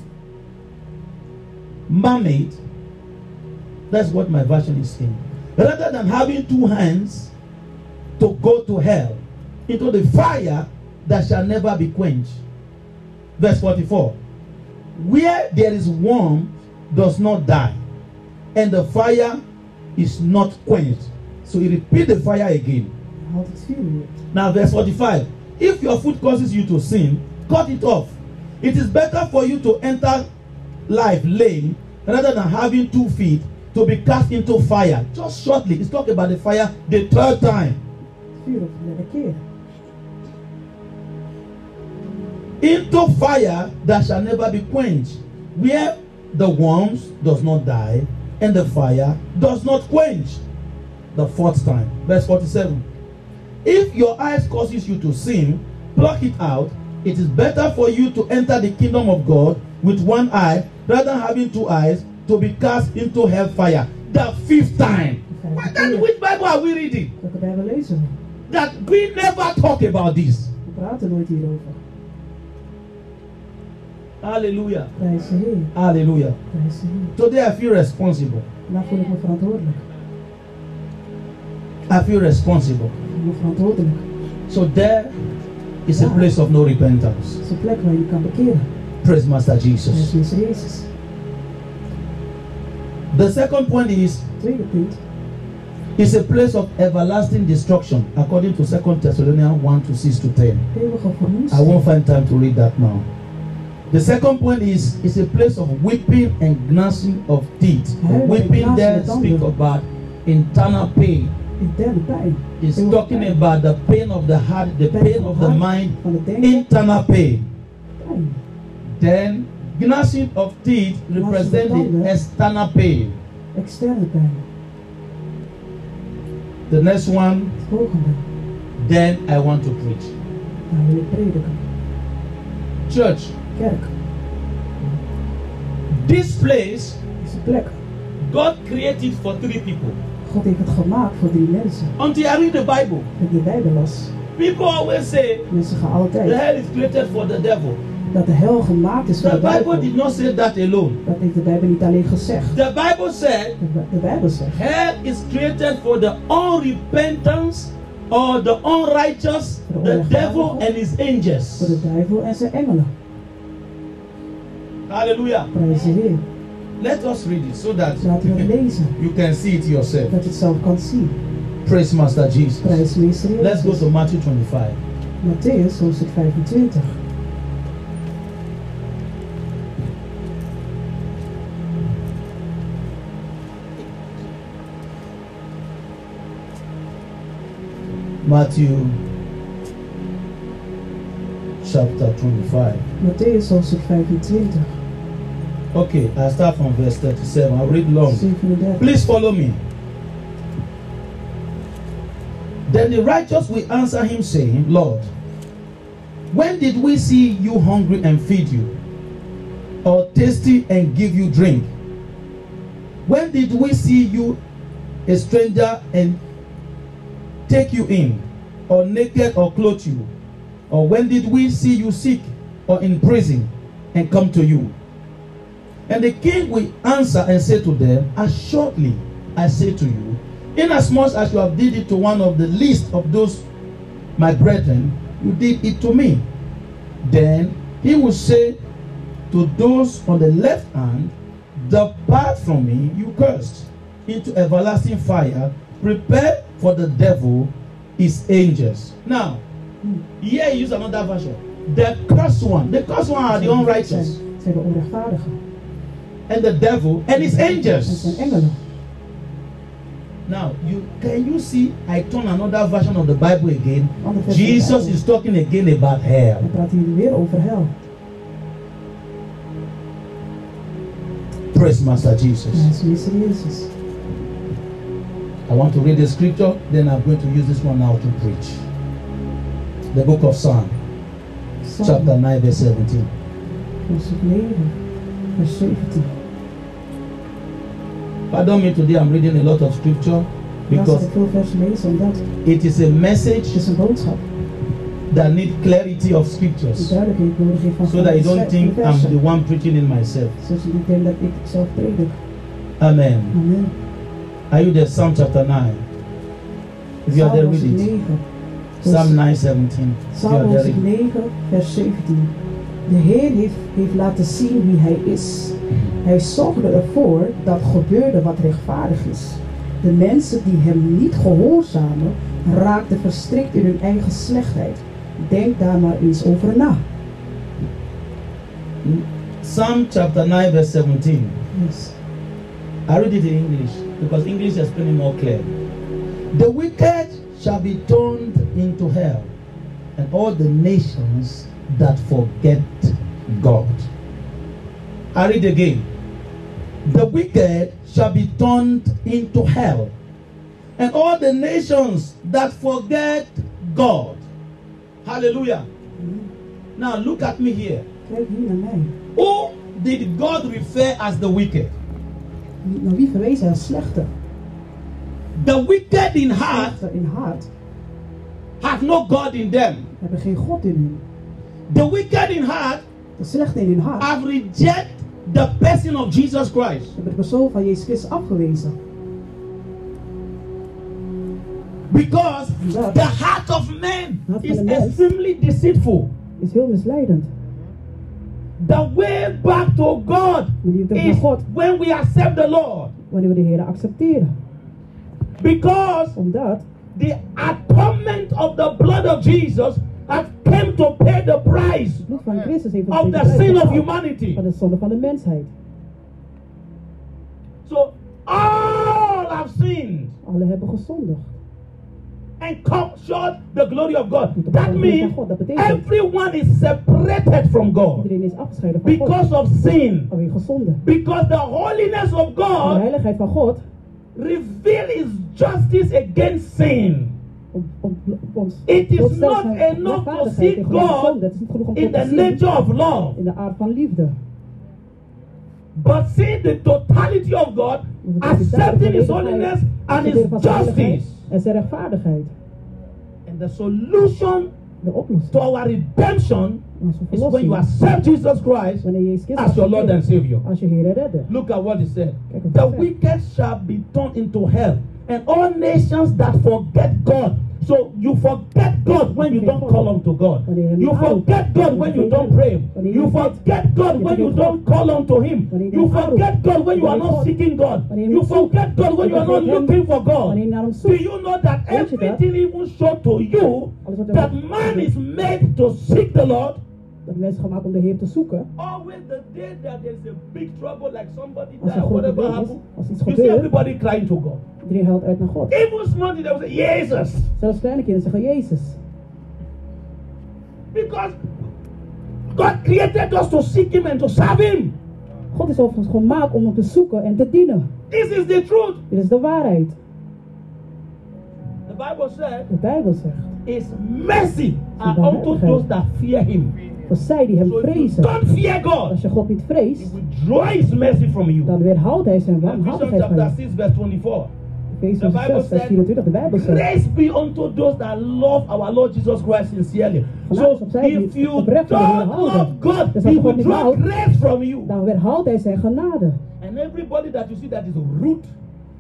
Speaker 1: mermaid. That's what my version is saying. Rather than having two hands to go to hell, into the fire that shall never be quenched. Verse 44. Where there is worm does not die, and the fire is not quenched. So he repeat the fire again.
Speaker 2: Houd het vuur weer.
Speaker 1: Now, verse 45. If your foot causes you to sin, cut it off. It is better for you to enter life lame rather than having two feet to be cast into fire. Just shortly, it's talking about the fire the third time.
Speaker 2: Het vuur op de derde keer.
Speaker 1: Into fire that shall never be quenched, where the worms does not die and the fire does not quench. The fourth time. Verse 47. If your eyes causes you to sin, pluck it out. It is better for you to enter the kingdom of God with one eye rather than having two eyes to be cast into hellfire. The fifth time.
Speaker 2: De
Speaker 1: But
Speaker 2: vijfde
Speaker 1: then
Speaker 2: keer.
Speaker 1: which Bible are we reading?
Speaker 2: Welke Bijbel lezen we?
Speaker 1: That we never talk about this.
Speaker 2: We praten nooit hierover.
Speaker 1: Hallelujah.
Speaker 2: Prijs de Heer.
Speaker 1: Hallelujah.
Speaker 2: Prijs de Heer.
Speaker 1: Today I feel responsible.
Speaker 2: Daar voel ik me verantwoordelijk.
Speaker 1: I feel responsible.
Speaker 2: Ik voel me verantwoordelijk.
Speaker 1: So there is a place of no repentance.
Speaker 2: Het is een plek waar je kan bekeren.
Speaker 1: Praise Master
Speaker 2: Prijs
Speaker 1: Jesus.
Speaker 2: de Heer Jezus.
Speaker 1: The second point is
Speaker 2: Tweede punt.
Speaker 1: it's a place of everlasting destruction, according to 2 Thessalonians 1 to 6 to 10.
Speaker 2: Eeuwige
Speaker 1: I
Speaker 2: verwoesting.
Speaker 1: won't find time to read that now. The second point is it's a place of weeping and gnashing of teeth. Weeping there speak about internal pain.
Speaker 2: Interne pijn.
Speaker 1: It's talking about the pain of the heart, the pain of the mind,
Speaker 2: Van het denken.
Speaker 1: internal pain.
Speaker 2: Pijn.
Speaker 1: Then gnashing of teeth represent the external pain.
Speaker 2: Externe pijn.
Speaker 1: The next one,
Speaker 2: Het volgende.
Speaker 1: then I want to preach.
Speaker 2: Daar wil ik prediken.
Speaker 1: Church,
Speaker 2: Kerk.
Speaker 1: this place
Speaker 2: is een plek.
Speaker 1: God created for three people.
Speaker 2: God heeft het gemaakt voor drie mensen.
Speaker 1: Until I read the Bible,
Speaker 2: Met de Bijbel was.
Speaker 1: people always say
Speaker 2: Mensen gaan altijd.
Speaker 1: the hell is created for the devil.
Speaker 2: dat de hel gemaakt is voor
Speaker 1: The
Speaker 2: de
Speaker 1: Bible
Speaker 2: duivel.
Speaker 1: did not say that alone.
Speaker 2: Dat heeft de Bijbel niet alleen gezegd.
Speaker 1: The Bible said
Speaker 2: De, Bi- de Bijbel zegt.
Speaker 1: hell is created for the unrepentance or the unrighteous, the devil and his
Speaker 2: Voor de
Speaker 1: angels.
Speaker 2: duivel en zijn engelen.
Speaker 1: Hallelujah.
Speaker 2: Prijs de Heer.
Speaker 1: Let us read it so that
Speaker 2: Laten we het lezen.
Speaker 1: you can see it yourself.
Speaker 2: Dat je het zelf kan zien.
Speaker 1: Praise Master Jesus.
Speaker 2: Prijs meester
Speaker 1: Let's go
Speaker 2: Jezus.
Speaker 1: to Matthew 25.
Speaker 2: Matthäus hoofdstuk 25.
Speaker 1: Matthew chapter 25.
Speaker 2: Matthäus hoofdstuk 25.
Speaker 1: Okay, I'll start from verse 37. I'll read long.
Speaker 2: 37.
Speaker 1: Please follow me. Then the righteous will answer him, saying, Lord, when did we see you hungry and feed you, or thirsty and give you drink? When did we see you a stranger and take you in, or naked or clothe you? Or when did we see you sick or in prison and come to you? And the king will answer and say to them, Assuredly, I say to you, inasmuch as you have did it to one of the least of those my brethren, you did it to me. Then he will say to those on the left hand, Depart from me, you cursed, into everlasting fire, prepared for the devil, his angels. Now, here he used another version. The cursed one, the cursed one are the unrighteous
Speaker 2: Zijn, zijn de onrechtvaardigen.
Speaker 1: and the devil and his
Speaker 2: En
Speaker 1: angels.
Speaker 2: zijn engelen.
Speaker 1: Now, you can you see? I turn another version of the Bible again.
Speaker 2: Andere versen
Speaker 1: Jesus
Speaker 2: erbij.
Speaker 1: is talking again about
Speaker 2: Hij
Speaker 1: hell.
Speaker 2: praat hier weer over hel.
Speaker 1: Praise Master Jesus.
Speaker 2: Prijs meester Jezus.
Speaker 1: I want to read the scripture, then I'm going to use this one now to preach. The book of Psalm, chapter
Speaker 2: Psalm,
Speaker 1: 9, verse 17.
Speaker 2: hoofdstuk 9, vers 17.
Speaker 1: Pardon me today, I'm reading a lot of scripture
Speaker 2: Daar zal
Speaker 1: because
Speaker 2: ik veel versen lezen, omdat het
Speaker 1: it is a message
Speaker 2: is een boodschap
Speaker 1: that needs clarity of
Speaker 2: die
Speaker 1: scriptures
Speaker 2: duidelijkheid nodig heeft van
Speaker 1: so that you
Speaker 2: van de
Speaker 1: don't think I'm
Speaker 2: versen.
Speaker 1: the one preaching in myself.
Speaker 2: Zodat je niet denkt dat ik het zelf predik.
Speaker 1: Amen.
Speaker 2: Amen.
Speaker 1: Are you there? Psalm chapter 9. If you are there,
Speaker 2: Psalm
Speaker 1: read
Speaker 2: hoofdstuk
Speaker 1: it.
Speaker 2: 9.
Speaker 1: Psalm 9:17.
Speaker 2: Psalm
Speaker 1: Yeah,
Speaker 2: hoofdstuk
Speaker 1: there
Speaker 2: 9, vers 17. De Heer heeft, heeft laten zien wie Hij is. Hij zorgde ervoor dat gebeurde wat rechtvaardig is. De mensen die Hem niet gehoorzamen, raakten verstrikt in hun eigen slechtheid. Denk daar maar eens over na.
Speaker 1: is. Psalm chapter 9 verse 17.
Speaker 2: Yes.
Speaker 1: I read it in English because English is explaining more clear. The wicked shall be turned into hell, and all the nations that forget God. I read again. The wicked shall be turned into hell, and all the nations that forget God. Hallelujah. Now look at me here.
Speaker 2: Kijk hier naar mij.
Speaker 1: Who did God refer as the wicked?
Speaker 2: Naar wie verwees hij als slechte?
Speaker 1: The wicked in heart
Speaker 2: Slechte in hart
Speaker 1: have no God in them.
Speaker 2: hebben geen God in hun.
Speaker 1: The wicked in heart
Speaker 2: De slechte in hun hart
Speaker 1: have rejected the person of Jesus Christ.
Speaker 2: hebben de persoon van Jezus Christus afgewezen.
Speaker 1: Because the heart of man is extremely deceitful.
Speaker 2: Is heel misleidend.
Speaker 1: The way back to God
Speaker 2: Maar die terug
Speaker 1: is
Speaker 2: naar God
Speaker 1: when we accept the Lord.
Speaker 2: wanneer we de Heer accepteren.
Speaker 1: Because
Speaker 2: Omdat
Speaker 1: the atonement of the blood of Jesus has come to pay the price
Speaker 2: het bloed van Christus heeft ons
Speaker 1: of the
Speaker 2: bevrijd
Speaker 1: sin of
Speaker 2: van
Speaker 1: humanity.
Speaker 2: van de zonde van de mensheid.
Speaker 1: So all have sinned
Speaker 2: Alle hebben gezondigd.
Speaker 1: and come short the glory of God. That means
Speaker 2: Dat betekent-
Speaker 1: everyone is separated from God
Speaker 2: Iedereen is afgescheiden van God.
Speaker 1: because of sin.
Speaker 2: Vanwege zonde.
Speaker 1: Because the holiness of
Speaker 2: De
Speaker 1: God
Speaker 2: heiligheid van God
Speaker 1: reveals his justice against sin.
Speaker 2: om, om, om ons
Speaker 1: It is
Speaker 2: ons zelf
Speaker 1: not
Speaker 2: zijn
Speaker 1: enough to
Speaker 2: rechtvaardigheid
Speaker 1: seek
Speaker 2: tegenover
Speaker 1: God
Speaker 2: zonde. Het is niet genoeg om
Speaker 1: In
Speaker 2: God
Speaker 1: the
Speaker 2: te
Speaker 1: nature
Speaker 2: zien
Speaker 1: of love.
Speaker 2: in de aard van liefde.
Speaker 1: But seeing the totality of God, accepting his holiness and his justice.
Speaker 2: En zijn rechtvaardigheid.
Speaker 1: And the solution
Speaker 2: De oplossing
Speaker 1: to our redemption
Speaker 2: Als we
Speaker 1: It's
Speaker 2: verlost
Speaker 1: when you
Speaker 2: zijn,
Speaker 1: accept Jesus Christ
Speaker 2: wanneer Jezus Christus
Speaker 1: as your Lord and Savior.
Speaker 2: als je Heer en Redder.
Speaker 1: Look at what he said. The wicked shall be turned into hell, and all nations that forget God. So you forget God when you don't call unto God. You forget God when you don't pray. You forget God when you don't call unto Him. You forget God when you are not seeking God. You forget God when you are not looking for
Speaker 2: Wanneer
Speaker 1: God.
Speaker 2: je naar hem
Speaker 1: Do
Speaker 2: zoekt,
Speaker 1: you know that everything even showed to you that man is made to seek the Lord?
Speaker 2: dat mensen gemaakt om de Heer te zoeken.
Speaker 1: Always the day that there's a big trouble, like somebody
Speaker 2: Als
Speaker 1: died
Speaker 2: er
Speaker 1: or
Speaker 2: goed
Speaker 1: whatever
Speaker 2: gebeurd is,
Speaker 1: happened,
Speaker 2: als iets
Speaker 1: you see
Speaker 2: gebeurt,
Speaker 1: everybody crying to God.
Speaker 2: iedereen huilt uit naar God.
Speaker 1: Even small they will say, Jesus.
Speaker 2: Zelfs kleine kinderen zeggen Jezus.
Speaker 1: Because God created us to seek Him and to serve Him.
Speaker 2: God is overigens gemaakt om hem te zoeken en te dienen.
Speaker 1: This is the truth.
Speaker 2: Dit is de waarheid.
Speaker 1: The Bible said,
Speaker 2: De Bijbel zegt,
Speaker 1: His mercy are unto those that fear Him.
Speaker 2: dat zij die hem
Speaker 1: So if you
Speaker 2: vrezen.
Speaker 1: don't fear God,
Speaker 2: Als je God niet vreest,
Speaker 1: withdraw His mercy from you.
Speaker 2: dan weerhoudt hij zijn
Speaker 1: Ephesians
Speaker 2: warmhartigheid van
Speaker 1: chapter
Speaker 2: je.
Speaker 1: 6, verse 24.
Speaker 2: Efeze
Speaker 1: The Bible
Speaker 2: 6, vers
Speaker 1: said,
Speaker 2: 24, de Bijbel zegt.
Speaker 1: Grace be unto those that love our Lord Jesus Christ sincerely. So if you don't love God, He will draw grace from you.
Speaker 2: Dan weerhoudt hij zijn genade.
Speaker 1: And everybody that you see that is rude,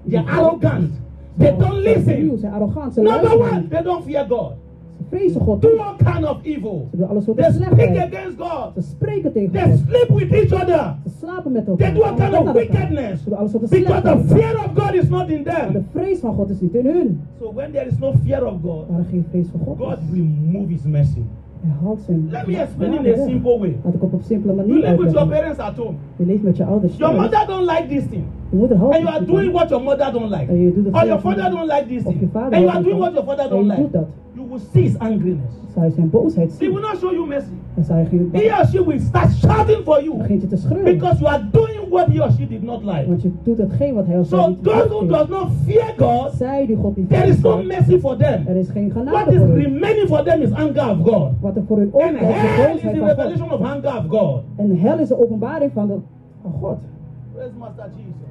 Speaker 1: they're arrogant, they don't
Speaker 2: Ze
Speaker 1: listen.
Speaker 2: zijn arrogant, ze
Speaker 1: Number
Speaker 2: luisteren
Speaker 1: one,
Speaker 2: niet.
Speaker 1: they don't fear God.
Speaker 2: Ze vrezen God
Speaker 1: Do
Speaker 2: niet.
Speaker 1: all kind of evil.
Speaker 2: Ze doen alles
Speaker 1: They
Speaker 2: wat
Speaker 1: speak
Speaker 2: slecht
Speaker 1: against
Speaker 2: Ze
Speaker 1: God.
Speaker 2: spreken tegen
Speaker 1: They
Speaker 2: God.
Speaker 1: sleep with each other.
Speaker 2: Ze slapen met
Speaker 1: They
Speaker 2: elkaar.
Speaker 1: do all
Speaker 2: Ze
Speaker 1: kind
Speaker 2: gaan
Speaker 1: of
Speaker 2: naar elkaar.
Speaker 1: wickedness
Speaker 2: Ze doen alles wat
Speaker 1: because
Speaker 2: slecht
Speaker 1: the
Speaker 2: is.
Speaker 1: fear of God is not in
Speaker 2: De
Speaker 1: them.
Speaker 2: vrees van God is niet in hun.
Speaker 1: So when there is no fear of God,
Speaker 2: Waar er geen vrees voor God
Speaker 1: God
Speaker 2: is.
Speaker 1: remove His mercy.
Speaker 2: Hij houdt zijn
Speaker 1: Let me explain
Speaker 2: genade
Speaker 1: in a
Speaker 2: weg.
Speaker 1: simple way.
Speaker 2: Laat ik op een simpele
Speaker 1: You
Speaker 2: manier
Speaker 1: live with your
Speaker 2: uitleggen.
Speaker 1: parents at home.
Speaker 2: Je leeft met je ouders
Speaker 1: Your
Speaker 2: thuis.
Speaker 1: mother don't like this thing.
Speaker 2: Je moeder houdt
Speaker 1: And you are
Speaker 2: niet van je.
Speaker 1: doing what your mother don't like.
Speaker 2: En je doet het
Speaker 1: Or your
Speaker 2: zelf
Speaker 1: father
Speaker 2: niet.
Speaker 1: don't like this
Speaker 2: Of je
Speaker 1: thing.
Speaker 2: vader
Speaker 1: And you
Speaker 2: houdt
Speaker 1: are
Speaker 2: niet
Speaker 1: doing what
Speaker 2: van.
Speaker 1: your father
Speaker 2: En
Speaker 1: don't
Speaker 2: je doet
Speaker 1: like.
Speaker 2: dat.
Speaker 1: You will see his angriness.
Speaker 2: Zou hij zijn boosheid
Speaker 1: He will
Speaker 2: zien.
Speaker 1: not show you mercy.
Speaker 2: Dan zou hij geen
Speaker 1: He
Speaker 2: dan
Speaker 1: or she will start shouting for you
Speaker 2: begint je te schreeuwen.
Speaker 1: because you are doing what he or she did not like.
Speaker 2: Want je doet hetgeen wat hij als
Speaker 1: So those who does
Speaker 2: doet.
Speaker 1: not fear God,
Speaker 2: Zij die God niet
Speaker 1: there is no
Speaker 2: vrezen,
Speaker 1: mercy for
Speaker 2: er
Speaker 1: them.
Speaker 2: is geen
Speaker 1: What
Speaker 2: genade
Speaker 1: is
Speaker 2: voor hen.
Speaker 1: remaining for them is anger of God.
Speaker 2: Wat er voor hun
Speaker 1: And
Speaker 2: opkomt, is de
Speaker 1: hell is
Speaker 2: boosheid
Speaker 1: the
Speaker 2: van God.
Speaker 1: revelation of anger of God.
Speaker 2: En hel is de openbaring van, de, van God.
Speaker 1: Praise Master Jesus.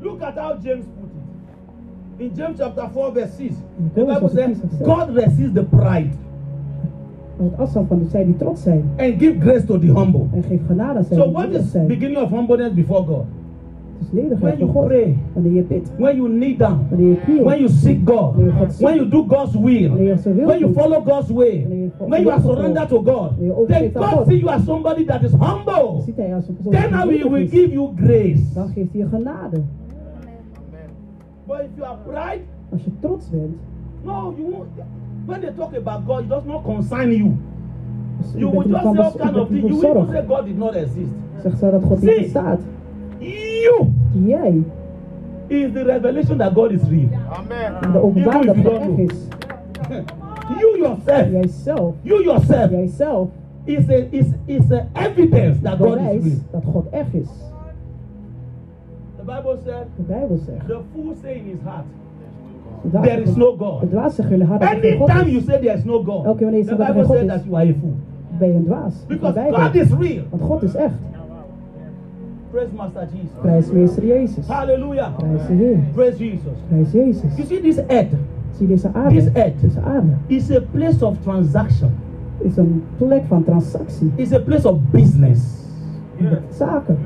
Speaker 1: Look at how James put it. In James chapter 4, verse 6, the Bible says, God resists the pride
Speaker 2: Want het afstand van zij die trots zijn.
Speaker 1: and give grace to the humble.
Speaker 2: En geeft genade aan zij
Speaker 1: So
Speaker 2: die
Speaker 1: what
Speaker 2: nederig
Speaker 1: is
Speaker 2: zijn.
Speaker 1: beginning of humbleness before God?
Speaker 2: Het is nederigheid
Speaker 1: When
Speaker 2: voor
Speaker 1: you
Speaker 2: God.
Speaker 1: pray.
Speaker 2: Wanneer je bidt.
Speaker 1: When you kneel down,
Speaker 2: Wanneer je knielt.
Speaker 1: when you seek God, when you do God's will, when you follow God's way, when you are surrendered to God, then God see you as somebody that is humble.
Speaker 2: ziet hij als een persoon die
Speaker 1: Then I will, will
Speaker 2: nederig is.
Speaker 1: give you grace.
Speaker 2: Dan geeft hij je genade.
Speaker 1: But if you are pride,
Speaker 2: Als je trots bent.
Speaker 1: no, you won't. When they talk about God, it does not concern you.
Speaker 2: Dus je
Speaker 1: You will
Speaker 2: bent
Speaker 1: just
Speaker 2: ervan
Speaker 1: say all
Speaker 2: bes- je
Speaker 1: kind of
Speaker 2: bent
Speaker 1: things. You
Speaker 2: ervoor
Speaker 1: will even say
Speaker 2: zorg.
Speaker 1: God did not exist.
Speaker 2: Zegt zij dat God niet
Speaker 1: See.
Speaker 2: bestaat.
Speaker 1: You
Speaker 2: Jij.
Speaker 1: is the revelation that God is real.
Speaker 2: En de openbaring dat
Speaker 1: Even if
Speaker 2: God
Speaker 1: you
Speaker 2: echt
Speaker 1: don't
Speaker 2: is.
Speaker 1: You yourself,
Speaker 2: Jijzelf.
Speaker 1: you yourself
Speaker 2: Jijzelf.
Speaker 1: is a is is a evidence that God is real.
Speaker 2: Bewijs dat God echt is.
Speaker 1: The Bible said,
Speaker 2: De Bijbel zegt.
Speaker 1: the fool say in his heart,
Speaker 2: de dwaas-
Speaker 1: there is no
Speaker 2: De
Speaker 1: God.
Speaker 2: dwaas zegt jullie hard dat er geen God
Speaker 1: Anytime
Speaker 2: is.
Speaker 1: you say there is no God,
Speaker 2: Elke wanneer je
Speaker 1: the
Speaker 2: zegt dat er geen
Speaker 1: Bible
Speaker 2: God
Speaker 1: said
Speaker 2: is.
Speaker 1: that you are a fool.
Speaker 2: ben je een dwaas. Dat is
Speaker 1: Because
Speaker 2: de Bijbel.
Speaker 1: God is real.
Speaker 2: Want God is echt.
Speaker 1: Praise Master Jesus.
Speaker 2: Prijs meester Jezus.
Speaker 1: Hallelujah.
Speaker 2: Prijs de Heer.
Speaker 1: Praise Jesus.
Speaker 2: Prijs
Speaker 1: You
Speaker 2: Jezus.
Speaker 1: see, this earth
Speaker 2: Zie deze
Speaker 1: This
Speaker 2: aarde.
Speaker 1: earth.
Speaker 2: Deze aarde
Speaker 1: is a place of transaction.
Speaker 2: is een plek van transactie.
Speaker 1: It's a place of business.
Speaker 2: Zaken.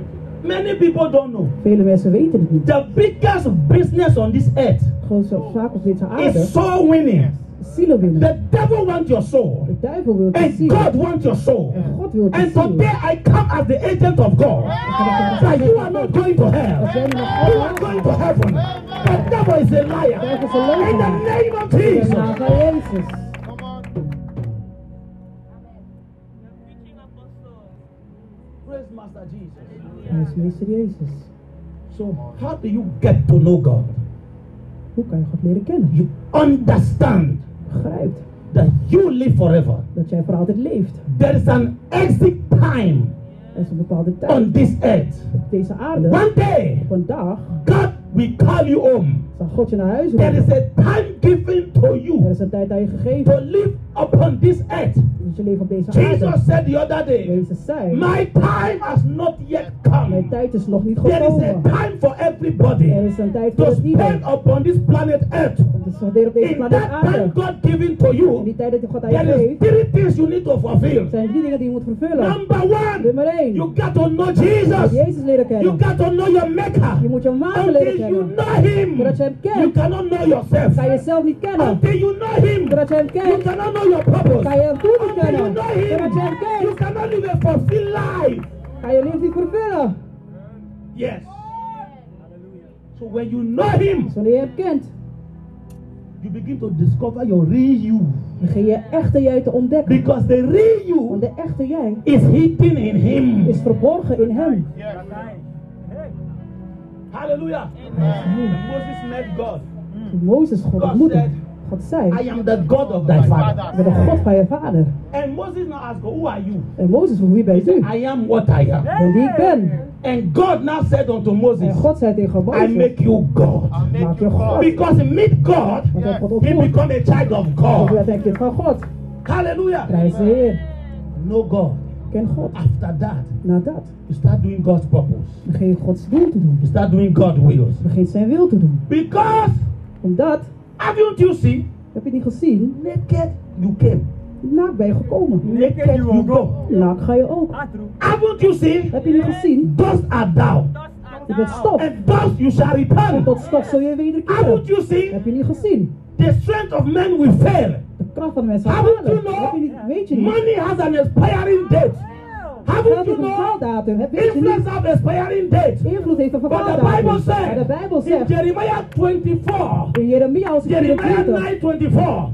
Speaker 1: Many people don't know.
Speaker 2: Vele mensen weten het niet.
Speaker 1: The biggest business on this earth
Speaker 2: De grootste zaak op deze aarde
Speaker 1: is soul winning.
Speaker 2: is zielen winnen.
Speaker 1: The devil wants your soul,
Speaker 2: De duivel wil je
Speaker 1: and God
Speaker 2: zielen.
Speaker 1: wants your
Speaker 2: En
Speaker 1: soul.
Speaker 2: God wil je
Speaker 1: And today
Speaker 2: zielen.
Speaker 1: I come as the agent of God. That you are not going to
Speaker 2: Dat jij
Speaker 1: hell.
Speaker 2: niet
Speaker 1: You
Speaker 2: naar God
Speaker 1: are going
Speaker 2: luistert.
Speaker 1: to heaven. The devil is a liar. In the name of
Speaker 2: In de naam
Speaker 1: Jesus.
Speaker 2: van Jezus.
Speaker 1: Praise Master Jesus.
Speaker 2: Prijs meester Jezus.
Speaker 1: So how do you get to know God?
Speaker 2: Hoe kan je God leren kennen?
Speaker 1: You understand
Speaker 2: Begrijpt
Speaker 1: that you live forever.
Speaker 2: dat jij voor altijd leeft.
Speaker 1: There is an exit time
Speaker 2: Er is een bepaalde tijd
Speaker 1: on this earth.
Speaker 2: op deze aarde.
Speaker 1: One day,
Speaker 2: Op een dag
Speaker 1: God will call you home.
Speaker 2: zal God je naar huis
Speaker 1: There is
Speaker 2: roepen.
Speaker 1: a time given to
Speaker 2: Er
Speaker 1: you
Speaker 2: is een tijd aan je
Speaker 1: to
Speaker 2: gegeven.
Speaker 1: live upon this earth.
Speaker 2: Dus dus je leven op deze aarde.
Speaker 1: Jesus said the other day,
Speaker 2: Jezus zei,
Speaker 1: My time has not yet
Speaker 2: mijn
Speaker 1: come.
Speaker 2: tijd is nog niet
Speaker 1: There is a
Speaker 2: gekomen.
Speaker 1: time for
Speaker 2: Er
Speaker 1: everybody
Speaker 2: is een tijd
Speaker 1: to
Speaker 2: voor iedereen.
Speaker 1: spend upon this planet Earth.
Speaker 2: Om te spenderen op deze
Speaker 1: In
Speaker 2: planeet
Speaker 1: that time
Speaker 2: aarde.
Speaker 1: God given to
Speaker 2: In die
Speaker 1: you,
Speaker 2: tijd dat God aan je
Speaker 1: there is
Speaker 2: geeft,
Speaker 1: three things you need to fulfill.
Speaker 2: zijn drie dingen die je moet vervullen.
Speaker 1: Number one,
Speaker 2: Nummer 1.
Speaker 1: you
Speaker 2: Je
Speaker 1: got to know
Speaker 2: moet
Speaker 1: Jesus.
Speaker 2: Jezus leren
Speaker 1: You
Speaker 2: kennen.
Speaker 1: got to know your Maker.
Speaker 2: Je moet je maat leren
Speaker 1: Until you
Speaker 2: kennen.
Speaker 1: know Him,
Speaker 2: Zodat je hem
Speaker 1: you
Speaker 2: kent,
Speaker 1: cannot know
Speaker 2: kan je
Speaker 1: yourself.
Speaker 2: jezelf niet kennen.
Speaker 1: Until you know Him,
Speaker 2: Zodat je hem
Speaker 1: you
Speaker 2: kent,
Speaker 1: cannot know your
Speaker 2: kan je
Speaker 1: purpose.
Speaker 2: hem goed niet
Speaker 1: Until you
Speaker 2: kennen.
Speaker 1: know
Speaker 2: Zodat je hem
Speaker 1: Him, you
Speaker 2: kent,
Speaker 1: cannot live a fulfilled life.
Speaker 2: kan je leven niet vervullen.
Speaker 1: Yes. So when you know him,
Speaker 2: Dus wanneer je hem kent,
Speaker 1: you begin to discover your real you.
Speaker 2: begin je echte jij te ontdekken.
Speaker 1: Because the real
Speaker 2: Want
Speaker 1: you
Speaker 2: de echte jij
Speaker 1: is hidden in him.
Speaker 2: is verborgen in hem.
Speaker 1: Hallelujah. Moses met God.
Speaker 2: Toen Mozes God ontmoette. God zei,
Speaker 1: I am the God of thy father.
Speaker 2: ik ben de God van je vader.
Speaker 1: And Moses now asked God, Who are you?
Speaker 2: En Mozes vroeg, wie bent u?
Speaker 1: I am what I am.
Speaker 2: Ik ben wie ik ben.
Speaker 1: And God now said unto
Speaker 2: En
Speaker 1: Moses,
Speaker 2: God zei tegen
Speaker 1: I
Speaker 2: Mozes,
Speaker 1: make you God.
Speaker 2: maak je God.
Speaker 1: Because meet God,
Speaker 2: Want hij God
Speaker 1: he
Speaker 2: ontmoet.
Speaker 1: become a child of
Speaker 2: Of
Speaker 1: God.
Speaker 2: werd een kind van God.
Speaker 1: Hallelujah.
Speaker 2: Prijs de Heer.
Speaker 1: No God.
Speaker 2: Ken God.
Speaker 1: After that,
Speaker 2: Na dat
Speaker 1: you start doing God's purpose.
Speaker 2: begin je Gods wil te doen.
Speaker 1: You start doing God wills.
Speaker 2: Begin zijn wil te doen.
Speaker 1: Because
Speaker 2: Omdat,
Speaker 1: haven't you seen?
Speaker 2: heb je niet gezien,
Speaker 1: Naked you came.
Speaker 2: naakt ben je gekomen.
Speaker 1: Naked you go.
Speaker 2: Naakt ga je ook.
Speaker 1: Haven't you seen? Oh.
Speaker 2: Heb je niet gezien?
Speaker 1: Dust art thou.
Speaker 2: Je bent stof.
Speaker 1: And dust you shall return.
Speaker 2: Tot stof zul je wederkeren.
Speaker 1: Haven't you seen?
Speaker 2: Heb je niet gezien?
Speaker 1: The strength of men will fail.
Speaker 2: De kracht van de mensen
Speaker 1: Haven't you
Speaker 2: halen. Heb je niet, weet je niet.
Speaker 1: known? Money has an expiring date. Haven't you
Speaker 2: Geld heeft een
Speaker 1: known?
Speaker 2: valdatum. Heb weet je
Speaker 1: Influence
Speaker 2: niet.
Speaker 1: have expiring date.
Speaker 2: Invloed heeft een
Speaker 1: But the Bible
Speaker 2: vervaldatum. Maar de
Speaker 1: said
Speaker 2: Bijbel
Speaker 1: in
Speaker 2: zegt
Speaker 1: Jeremiah 24,
Speaker 2: in Jeremia als
Speaker 1: Jeremiah
Speaker 2: 24,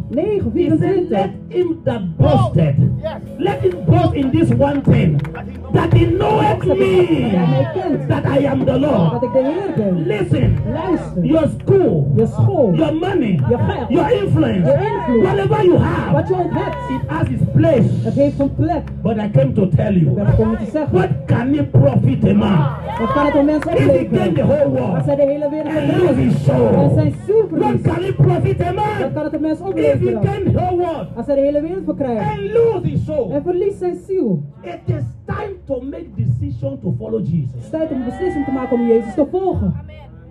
Speaker 1: 9 24. He said, let
Speaker 2: 9:24.
Speaker 1: him that boasted,
Speaker 3: Yes.
Speaker 1: let him boast in this one thing, Oh, that he knoweth me,
Speaker 2: Dat hij kent
Speaker 1: that I am the
Speaker 2: dat ik
Speaker 1: Lord.
Speaker 2: de Heer ben.
Speaker 1: Listen,
Speaker 2: Luister.
Speaker 1: your school,
Speaker 2: Je school,
Speaker 1: your money,
Speaker 2: je geld,
Speaker 1: your influence,
Speaker 2: Your influence.
Speaker 1: whatever you
Speaker 2: wat
Speaker 1: have,
Speaker 2: je ook hebt,
Speaker 1: it has its place.
Speaker 2: het heeft een plek.
Speaker 1: But I came to tell
Speaker 2: Ik ben
Speaker 1: you,
Speaker 2: gekomen om te zeggen,
Speaker 1: what can it profit a man
Speaker 2: wat kan het om mensen
Speaker 1: if he gain
Speaker 2: opleveren?
Speaker 1: the whole
Speaker 2: Als zij
Speaker 1: world
Speaker 2: de hele wereld
Speaker 1: and lose his
Speaker 2: verliest en zijn
Speaker 1: soul?
Speaker 2: ziel
Speaker 1: What
Speaker 2: verliest,
Speaker 1: can it profit a
Speaker 2: wat
Speaker 1: man
Speaker 2: kan het de mens
Speaker 1: if he
Speaker 2: opleveren?
Speaker 1: gain the whole world
Speaker 2: Als hij de hele wereld verkrijgt
Speaker 1: and lose his soul?
Speaker 2: en verliest zijn ziel.
Speaker 1: It is time to make decision to follow
Speaker 2: Het
Speaker 1: Jesus.
Speaker 2: is tijd om een beslissing te maken om Jezus te volgen.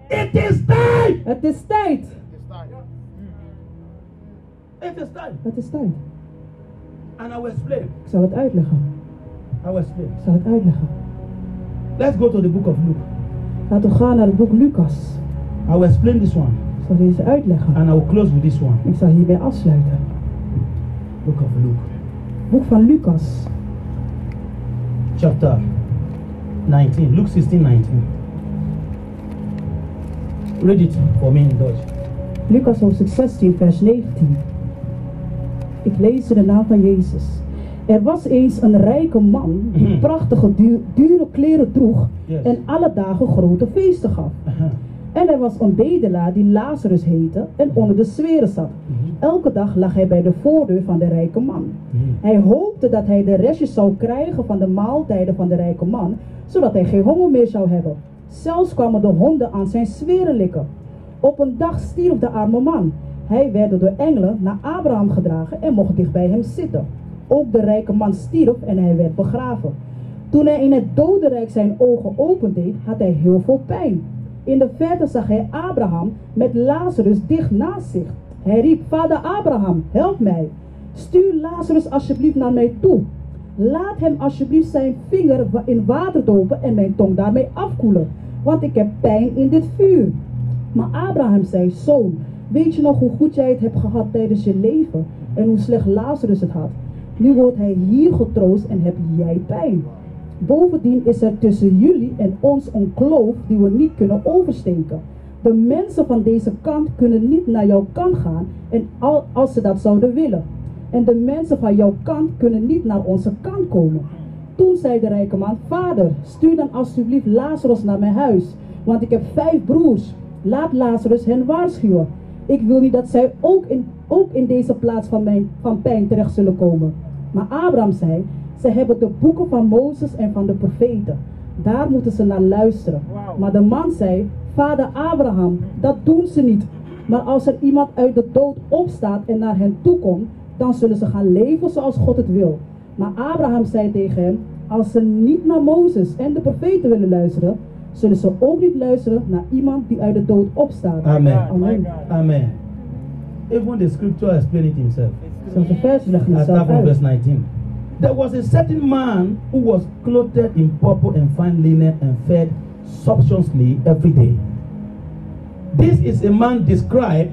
Speaker 1: It is time.
Speaker 2: Het is tijd.
Speaker 1: It is time.
Speaker 2: Het is tijd.
Speaker 1: And I will explain.
Speaker 2: Ik zal het uitleggen.
Speaker 1: I will explain.
Speaker 2: Ik zal het uitleggen.
Speaker 1: Let's go to the book of Luke.
Speaker 2: Laten we gaan naar het boek Lucas.
Speaker 1: I will explain this one,
Speaker 2: Ik zal deze uitleggen.
Speaker 1: and I will close with this one.
Speaker 2: Ik zal hierbij afsluiten.
Speaker 1: Book of Luke,
Speaker 2: Boek van Lucas,
Speaker 1: chapter 19, Luke 16, 19. Read it for me in Dutch.
Speaker 2: Lucas hoofdstuk 16, vers 19. Ik lees in de naam van Jezus. Er was eens een rijke man die
Speaker 1: Mhm.
Speaker 2: prachtige, du- dure kleren droeg
Speaker 1: Yes.
Speaker 2: en alle dagen grote feesten gaf.
Speaker 1: Uh-huh.
Speaker 2: En er was een bedelaar die Lazarus heette en onder de zweren zat.
Speaker 1: Mhm.
Speaker 2: Elke dag lag hij bij de voordeur van de rijke man.
Speaker 1: Mhm.
Speaker 2: Hij hoopte dat hij de restjes zou krijgen van de maaltijden van de rijke man, zodat hij geen honger meer zou hebben. Zelfs kwamen de honden aan zijn zweren likken. Op een dag stierf de arme man. Hij werd door engelen naar Abraham gedragen en mocht dicht bij hem zitten. Ook de rijke man stierf en hij werd begraven. Toen hij in het dodenrijk zijn ogen opendeed, had hij heel veel pijn. In de verte zag hij Abraham met Lazarus dicht naast zich. Hij riep: Vader Abraham, help mij. Stuur Lazarus alsjeblieft naar mij toe. Laat hem alsjeblieft zijn vinger wa- in water dopen en mijn tong daarmee afkoelen, want ik heb pijn in dit vuur. Maar Abraham zei: Zoon, weet je nog hoe goed jij het hebt gehad tijdens je leven en hoe slecht Lazarus het had? Nu wordt hij hier getroost en heb jij pijn. Bovendien is er tussen jullie en ons een kloof die we niet kunnen oversteken. De mensen van deze kant kunnen niet naar jouw kant gaan en al, als ze dat zouden willen. En de mensen van jouw kant kunnen niet naar onze kant komen. Toen zei de rijke man, vader, stuur dan alsjeblieft Lazarus naar mijn huis, want ik heb vijf broers. Laat Lazarus hen waarschuwen. Ik wil niet dat zij ook in, ook in deze plaats van, mijn, van pijn terecht zullen komen. Maar Abraham zei, ze hebben de boeken van Mozes en van de profeten. Daar moeten ze naar luisteren. Maar de man zei, vader Abraham, dat doen ze niet. Maar als er iemand uit de dood opstaat en naar hen toe komt, dan zullen ze gaan leven zoals God het wil. Maar Abraham zei tegen hem: Als ze niet naar Mozes en de profeten willen luisteren, zullen ze ook niet luisteren naar iemand die uit de dood opstaat.
Speaker 1: Amen.
Speaker 2: Amen.
Speaker 1: Amen. Even the scripture explained it himself.
Speaker 2: Zelfs de vers leggen
Speaker 1: I
Speaker 2: het
Speaker 1: start
Speaker 2: zelf
Speaker 1: from verse
Speaker 2: uit.
Speaker 1: 19. There was a certain man who was clothed in purple and fine linen and fed sumptuously every day. This is a man described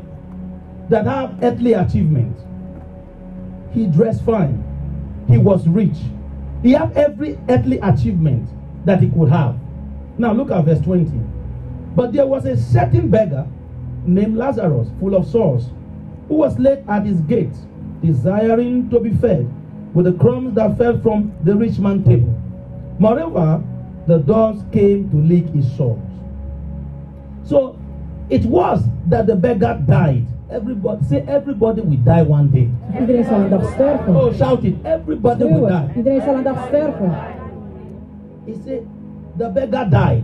Speaker 1: that had earthly achievement. He dressed fine. He was rich. He had every earthly achievement that he could have. Now look at verse 20. But there was a certain beggar named Lazarus, full of sores, who was laid at his gate, desiring to be fed with the crumbs that fell from the rich man's table. Moreover, the dogs came to lick his sores. So it was that the beggar died. Everybody say everybody will die one day.
Speaker 2: Iedereen zal een dag sterven.
Speaker 1: Oh, shout it! Everybody will
Speaker 2: Schreeuwen.
Speaker 1: die.
Speaker 2: Iedereen zal een dag sterven.
Speaker 1: He said the beggar died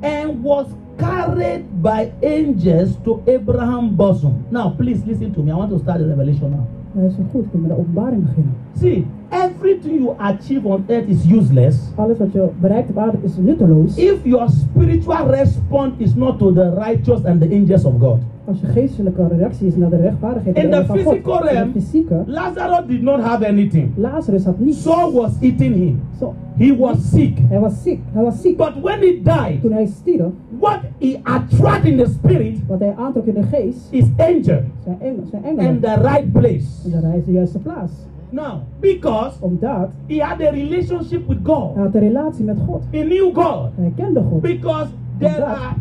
Speaker 1: and was carried by angels to Abraham's bosom. Now, please listen to me. I want to start the revelation now.
Speaker 2: Luister goed, kun je met de openbaring beginnen.
Speaker 1: See, everything you achieve on earth is useless
Speaker 2: Alles wat je bereikt op aarde is nutteloos.
Speaker 1: if your spiritual response is not to the righteous and the angels of God.
Speaker 2: Als je geestelijke reactie is naar de rechtvaardigheid
Speaker 1: In
Speaker 2: en
Speaker 1: the
Speaker 2: van God.
Speaker 1: physical realm-
Speaker 2: In de fysieke,
Speaker 1: Lazarus did not have anything.
Speaker 2: Lazarus had niets.
Speaker 1: Saul was eating him.
Speaker 2: Zo.
Speaker 1: He was sick.
Speaker 2: Hij was ziek, hij was ziek.
Speaker 1: But when he died,
Speaker 2: Toen hij stierf,
Speaker 1: what he attracted in the spirit
Speaker 2: wat hij aantrok in de geest,
Speaker 1: is angel
Speaker 2: zijn, engel, zijn
Speaker 1: in
Speaker 2: engelen.
Speaker 1: the right place.
Speaker 2: En daar is de juiste plaats.
Speaker 1: Now, because
Speaker 2: Omdat
Speaker 1: he had a relationship with
Speaker 2: hij
Speaker 1: God,
Speaker 2: had een relatie met God.
Speaker 1: he knew God.
Speaker 2: Hij kende God.
Speaker 1: Because there are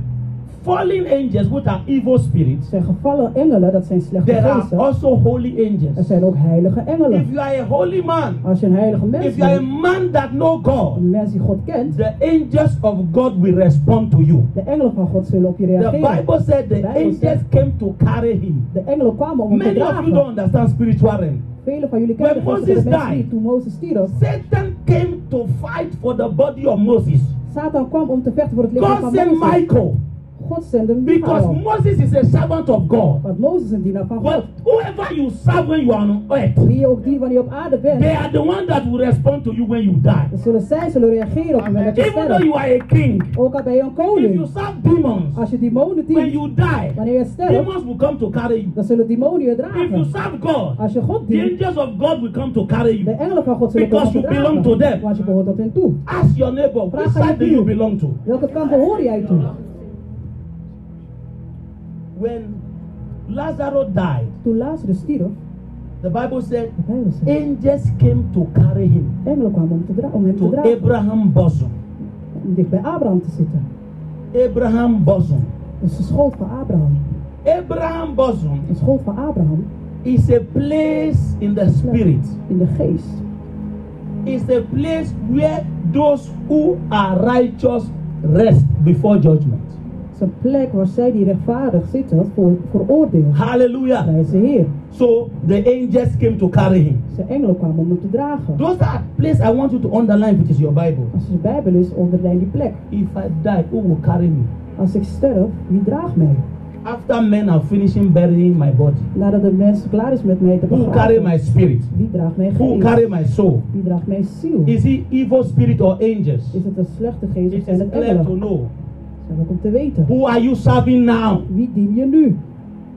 Speaker 1: fallen angels, which are evil
Speaker 2: Er
Speaker 1: spirits.
Speaker 2: zijn gevallen engelen, dat zijn slechte
Speaker 1: There are
Speaker 2: geesten.
Speaker 1: also holy
Speaker 2: Er
Speaker 1: angels.
Speaker 2: zijn ook heilige
Speaker 1: If
Speaker 2: engelen.
Speaker 1: you are a holy man,
Speaker 2: Als je een heilige mens
Speaker 1: if you are a
Speaker 2: bent,
Speaker 1: man that know God,
Speaker 2: een mens die God kent,
Speaker 1: the angels of God will respond to you.
Speaker 2: de engelen van God zullen op je
Speaker 1: The
Speaker 2: reageren.
Speaker 1: Bible said the
Speaker 2: Bible
Speaker 1: angels
Speaker 2: said- Oh,
Speaker 1: came to carry him.
Speaker 2: De engelen kwamen om hem te
Speaker 1: Many of you
Speaker 2: dragen.
Speaker 1: don't understand spiritual realm.
Speaker 2: Velen van jullie
Speaker 1: When
Speaker 2: kennen de
Speaker 1: Moses
Speaker 2: mensen
Speaker 1: died.
Speaker 2: niet. Toen Mozes stierf,
Speaker 1: Satan came to fight for the body of Moses.
Speaker 2: Satan kwam om te vechten voor het lichaam
Speaker 1: God
Speaker 2: van
Speaker 1: sent
Speaker 2: Mozes.
Speaker 1: Michael
Speaker 2: God zendde
Speaker 1: because
Speaker 2: Michael.
Speaker 1: Moses is a servant of God.
Speaker 2: Want Mozes is een dienaar van
Speaker 1: But
Speaker 2: God.
Speaker 1: whoever you serve when you are on earth,
Speaker 2: Wie je ook dient wanneer je op aarde
Speaker 1: they
Speaker 2: bent,
Speaker 1: are the one that will respond to you when you die.
Speaker 2: dan zullen zij zullen reageren op het moment dat je
Speaker 1: Even though
Speaker 2: sterft.
Speaker 1: you are a king,
Speaker 2: Ook al ben je een
Speaker 1: if you
Speaker 2: koning,
Speaker 1: serve demons,
Speaker 2: als je demonen
Speaker 1: when
Speaker 2: dient,
Speaker 1: you die,
Speaker 2: wanneer je sterft,
Speaker 1: demons will come to carry you.
Speaker 2: dan zullen demonen je
Speaker 1: If you
Speaker 2: dragen.
Speaker 1: serve God,
Speaker 2: Als je God
Speaker 1: the
Speaker 2: dient,
Speaker 1: angels of God will come to carry
Speaker 2: de
Speaker 1: you.
Speaker 2: engelen van God zullen
Speaker 1: Because
Speaker 2: komen
Speaker 1: you belong to them.
Speaker 2: dragen. Want je behoort tot hen toe.
Speaker 1: Ask your neighbor, which side do you belong to?
Speaker 2: Welke kant behoor jij toe?
Speaker 1: When Lazarus died,
Speaker 2: Toen Lazarus stierf,
Speaker 1: the Bible said
Speaker 2: de Bijbel zegt,
Speaker 1: angels came to carry him
Speaker 2: engelen kwamen om, te dra- om hem te
Speaker 1: to
Speaker 2: dragen.
Speaker 1: Abraham's bosom.
Speaker 2: Om dicht bij Abraham te zitten.
Speaker 1: Abraham's bosom.
Speaker 2: Dus de schoot van Abraham.
Speaker 1: Abraham's bosom
Speaker 2: De schoot van Abraham
Speaker 1: is a place in the spirit.
Speaker 2: in de geest.
Speaker 1: It's a place where those who are righteous rest before judgment.
Speaker 2: Het is een plek waar zij die rechtvaardig zitten voor, voor oordeel.
Speaker 1: Hallelujah.
Speaker 2: Prijs de Heer.
Speaker 1: So the angels came to carry him.
Speaker 2: Zijn engelen kwamen om hem te dragen.
Speaker 1: Those are places I want you to underline, which is your Bible.
Speaker 2: Als er de Bijbel is, onderlijn die plek.
Speaker 1: If I die, who will carry me?
Speaker 2: Als ik sterf, wie draagt mij?
Speaker 1: After men are finishing burying my body,
Speaker 2: Nadat de mens klaar is met mij te
Speaker 1: who will carry
Speaker 2: begraven,
Speaker 1: my spirit?
Speaker 2: wie draagt mijn
Speaker 1: Who will carry
Speaker 2: geest?
Speaker 1: my soul?
Speaker 2: Wie draagt mijn ziel?
Speaker 1: Is he evil spirit or angels?
Speaker 2: Is het een slechte geest of
Speaker 1: It
Speaker 2: zijn
Speaker 1: is
Speaker 2: het
Speaker 1: clear to
Speaker 2: engelen?
Speaker 1: know.
Speaker 2: Zijn ook om te weten.
Speaker 1: Who are you serving now?
Speaker 2: Wie dien je nu?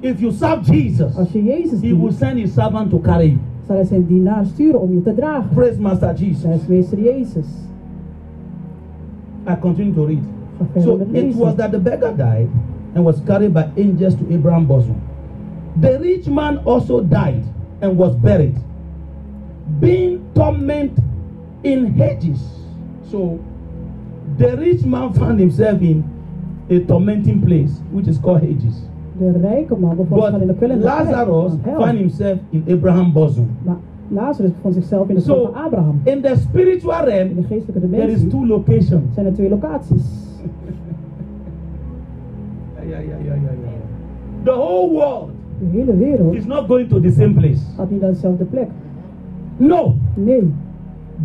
Speaker 1: If you serve Jesus,
Speaker 2: Als je Jezus
Speaker 1: he will
Speaker 2: dient,
Speaker 1: send his servant to carry you.
Speaker 2: zal hij zijn dienaar sturen om je te dragen.
Speaker 1: Praise Master
Speaker 2: Zij
Speaker 1: Jesus.
Speaker 2: is meester Jezus.
Speaker 1: I continue to read.
Speaker 2: Ga verder
Speaker 1: So
Speaker 2: met
Speaker 1: it
Speaker 2: lezen.
Speaker 1: was that the beggar died and was carried by angels to Abraham's bosom. The rich man also died and was buried, being tormented in hedges. So the rich man found himself in a tormenting place, which is called hedges.
Speaker 2: De rijke man bevond zich
Speaker 1: But
Speaker 2: al in de kwellende
Speaker 1: Lazarus
Speaker 2: plek van hel.
Speaker 1: found himself in Abraham's bosom.
Speaker 2: Maar Lazarus bevond zichzelf in de
Speaker 1: Zo.
Speaker 2: schoot van Abraham.
Speaker 1: In the spiritual
Speaker 2: In de
Speaker 1: realm,
Speaker 2: geestelijke
Speaker 1: there is
Speaker 2: dimensie
Speaker 1: two locations.
Speaker 2: zijn er twee locaties.
Speaker 1: The whole world
Speaker 2: De hele wereld
Speaker 1: is not going to the same place.
Speaker 2: gaat niet naar dezelfde plek.
Speaker 1: No,
Speaker 2: Nee,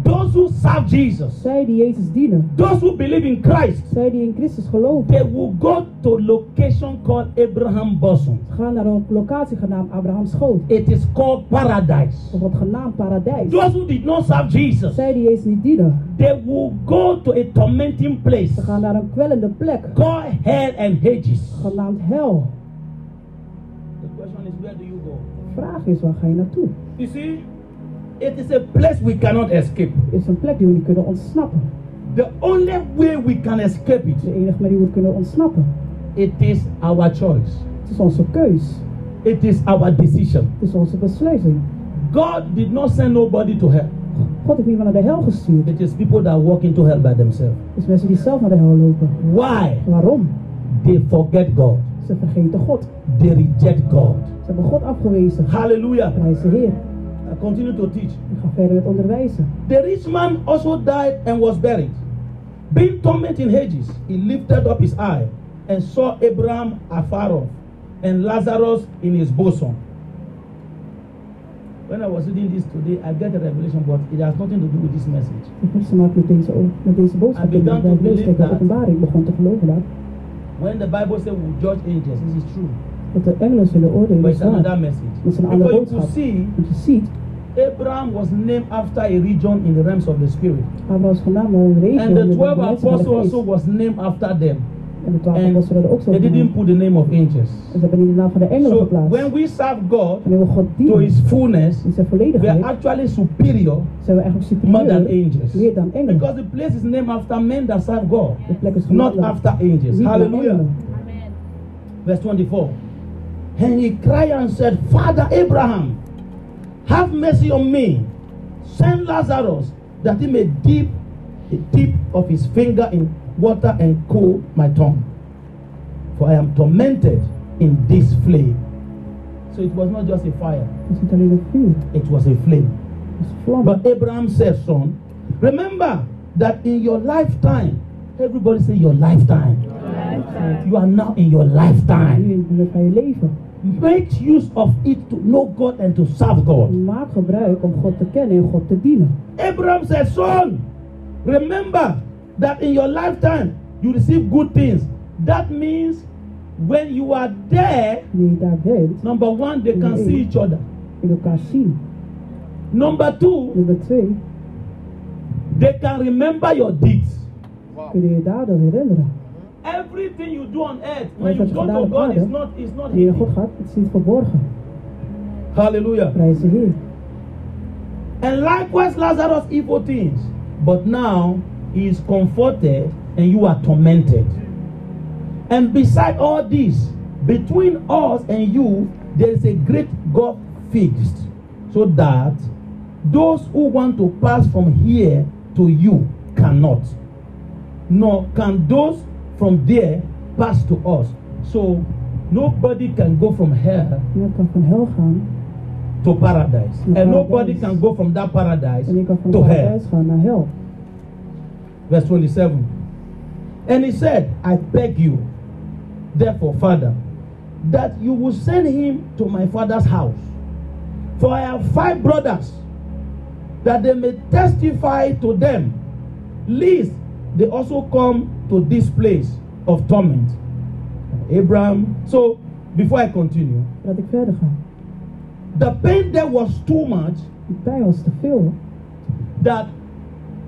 Speaker 1: Those who serve Jesus,
Speaker 2: Zij die Jezus dienen,
Speaker 1: those who believe in Christ,
Speaker 2: zij die in Christus geloven,
Speaker 1: they will go to location called Abraham Bosom.
Speaker 2: gaan naar een locatie genaamd Abraham's Schoot.
Speaker 1: It is called paradise.
Speaker 2: Of wat genaamd paradijs.
Speaker 1: Those who did not serve Jesus,
Speaker 2: Zij die Jezus niet dienen,
Speaker 1: they will go to a tormenting place
Speaker 2: ze gaan naar een kwellende plek
Speaker 1: called hell and Hades.
Speaker 2: genaamd hel.
Speaker 1: The question is, where do you go?
Speaker 2: De vraag is, waar ga je naartoe?
Speaker 1: You see, it is a place we cannot escape.
Speaker 2: Het is een plek die we niet kunnen ontsnappen.
Speaker 1: The only way we can escape
Speaker 2: De
Speaker 1: it,
Speaker 2: enige manier hoe we kunnen ontsnappen.
Speaker 1: it is our choice.
Speaker 2: Het is onze keus.
Speaker 1: It is our decision.
Speaker 2: Het is onze besluiting.
Speaker 1: God did not send nobody to hell.
Speaker 2: God heeft niemand naar de hel gestuurd.
Speaker 1: It is people that walk into hell by themselves.
Speaker 2: Dus mensen die zelf naar de hel lopen.
Speaker 1: Why?
Speaker 2: Waarom?
Speaker 1: They forget God.
Speaker 2: Ze vergeten God.
Speaker 1: They reject God.
Speaker 2: Ze hebben God afgewezen.
Speaker 1: Hallelujah.
Speaker 2: Prijs de Heer.
Speaker 1: I continue to teach.
Speaker 2: Ik ga verder met onderwijzen.
Speaker 1: The rich man also died and was buried. Being tormented in Hades, he lifted up his eye and saw Abraham afar off and Lazarus in his bosom. When I was reading this today, I get a revelation, but it has nothing to do with this message.
Speaker 2: Ik heb ze maakt met deze, o- met deze boodschap.
Speaker 1: I
Speaker 2: in de
Speaker 1: began to
Speaker 2: Bijbel.
Speaker 1: believe
Speaker 2: Ik heb
Speaker 1: that.
Speaker 2: openbaring. Ik begon te geloven dat.
Speaker 1: When the Bible says we judge angels, this is true.
Speaker 2: Dat de engelen zullen oordelen.
Speaker 1: But
Speaker 2: is
Speaker 1: it's another
Speaker 2: waar.
Speaker 1: message.
Speaker 2: It's another
Speaker 1: Because you could
Speaker 2: boodschap.
Speaker 1: see,
Speaker 2: Want je ziet,
Speaker 1: Abraham was named after a region in the realms of the spirit.
Speaker 2: Abraham was vandaan naar een regio.
Speaker 1: And
Speaker 2: met
Speaker 1: the
Speaker 2: de
Speaker 1: 12
Speaker 2: mensen van de
Speaker 1: apostles also
Speaker 2: geest.
Speaker 1: was named after them.
Speaker 2: En de twaalf
Speaker 1: And
Speaker 2: apostelen ook zo.
Speaker 1: they didn't
Speaker 2: genoemd.
Speaker 1: put the name of angels.
Speaker 2: En ze hebben in de naam van de engelen
Speaker 1: So
Speaker 2: geplaatst.
Speaker 1: when we serve God
Speaker 2: Wanneer we God
Speaker 1: to
Speaker 2: dienen,
Speaker 1: His fullness,
Speaker 2: in zijn
Speaker 1: we are
Speaker 2: volledigheid,
Speaker 1: actually superior
Speaker 2: zijn we eigenlijk
Speaker 1: more
Speaker 2: superieur.
Speaker 1: than angels.
Speaker 2: Meer dan engelen.
Speaker 1: Because the place is named after men that serve God,
Speaker 2: De plek is
Speaker 1: not
Speaker 2: veranderd.
Speaker 1: after
Speaker 2: Niet
Speaker 1: angels.
Speaker 2: naar
Speaker 1: Hallelujah.
Speaker 2: engelen.
Speaker 1: Verse 24. And he cried and said, Father Abraham, have mercy on me. Send Lazarus that he may dip the tip of his finger in water and cool my tongue. For I am tormented in this flame. So it was not just a fire,
Speaker 2: Het is niet alleen een vuur.
Speaker 1: it was a flame.
Speaker 2: Het is vlam.
Speaker 1: But Abraham said, Son, remember that in your lifetime, everybody say your lifetime. You are now in your lifetime.
Speaker 2: Nu in het van je leven.
Speaker 1: Make use of it to know God and to serve God.
Speaker 2: Maak gebruik om God te kennen en God te dienen.
Speaker 1: Abraham said, Son, remember that in your lifetime you receive good things. That means when you are there,
Speaker 2: Nu je daar bent,
Speaker 1: number one, they can see each other.
Speaker 2: in elkaar zien.
Speaker 1: Number two,
Speaker 2: Nummer twee,
Speaker 1: they can remember your deeds.
Speaker 2: kun je je daden herinneren.
Speaker 1: Everything you do on earth, when you go to God, is not, is not
Speaker 2: Wanneer je naar God
Speaker 1: hidden.
Speaker 2: gaat, het is niet verborgen.
Speaker 1: Hallelujah.
Speaker 2: Prijs de Heer.
Speaker 1: And likewise Lazarus evil things. But now he is comforted and you are tormented. And beside all this, between us and you, there is a great gulf fixed, so that those who want to pass from here to you cannot, nor can those from there pass to us. So nobody can go from hell
Speaker 2: Niemand kan van hel gaan
Speaker 1: to paradise,
Speaker 2: To
Speaker 1: and nobody
Speaker 2: paradise.
Speaker 1: can go from that paradise
Speaker 2: en je kan van
Speaker 1: to hell.
Speaker 2: paradijs gaan naar hel.
Speaker 1: verse 27. And he said, I beg you, therefore, Father, that you will send him to my father's house. For I have five brothers, that they may testify to them, lest they also come to this place of torment. Abraham. So, before I continue,
Speaker 2: Dat ik verder ga.
Speaker 1: the pain there was too much
Speaker 2: Die pijn was te veel.
Speaker 1: that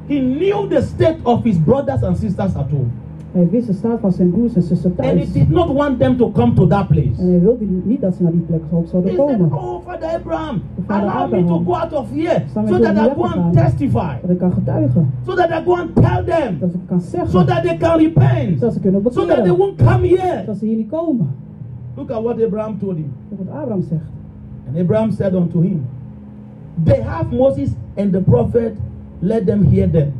Speaker 1: he knew the state of his brothers and sisters at home.
Speaker 2: Hij wist de staat van zijn broers en zussen
Speaker 1: And he
Speaker 2: thuis.
Speaker 1: did not want them to come to that place.
Speaker 2: En hij wilde niet dat ze naar die plek
Speaker 1: He
Speaker 2: zouden
Speaker 1: said,
Speaker 2: komen.
Speaker 1: Oh, Father Abraham,
Speaker 2: Father
Speaker 1: allow me to
Speaker 2: Abraham,
Speaker 1: go out of here
Speaker 2: zou mij
Speaker 1: so
Speaker 2: door
Speaker 1: that
Speaker 2: die
Speaker 1: I
Speaker 2: weg
Speaker 1: go and
Speaker 2: gaan.
Speaker 1: testify,
Speaker 2: Dat ik kan getuigen.
Speaker 1: so that I go and tell them,
Speaker 2: Dat ik kan zeggen.
Speaker 1: so that they can repent,
Speaker 2: Zodat ze kunnen
Speaker 1: so that they
Speaker 2: bekeren.
Speaker 1: won't come here.
Speaker 2: Dat ze hier niet komen.
Speaker 1: Look at what Abraham told him.
Speaker 2: Dat wat Abraham zegt.
Speaker 1: And Abraham said unto him, They have Moses and the prophet, let them hear them.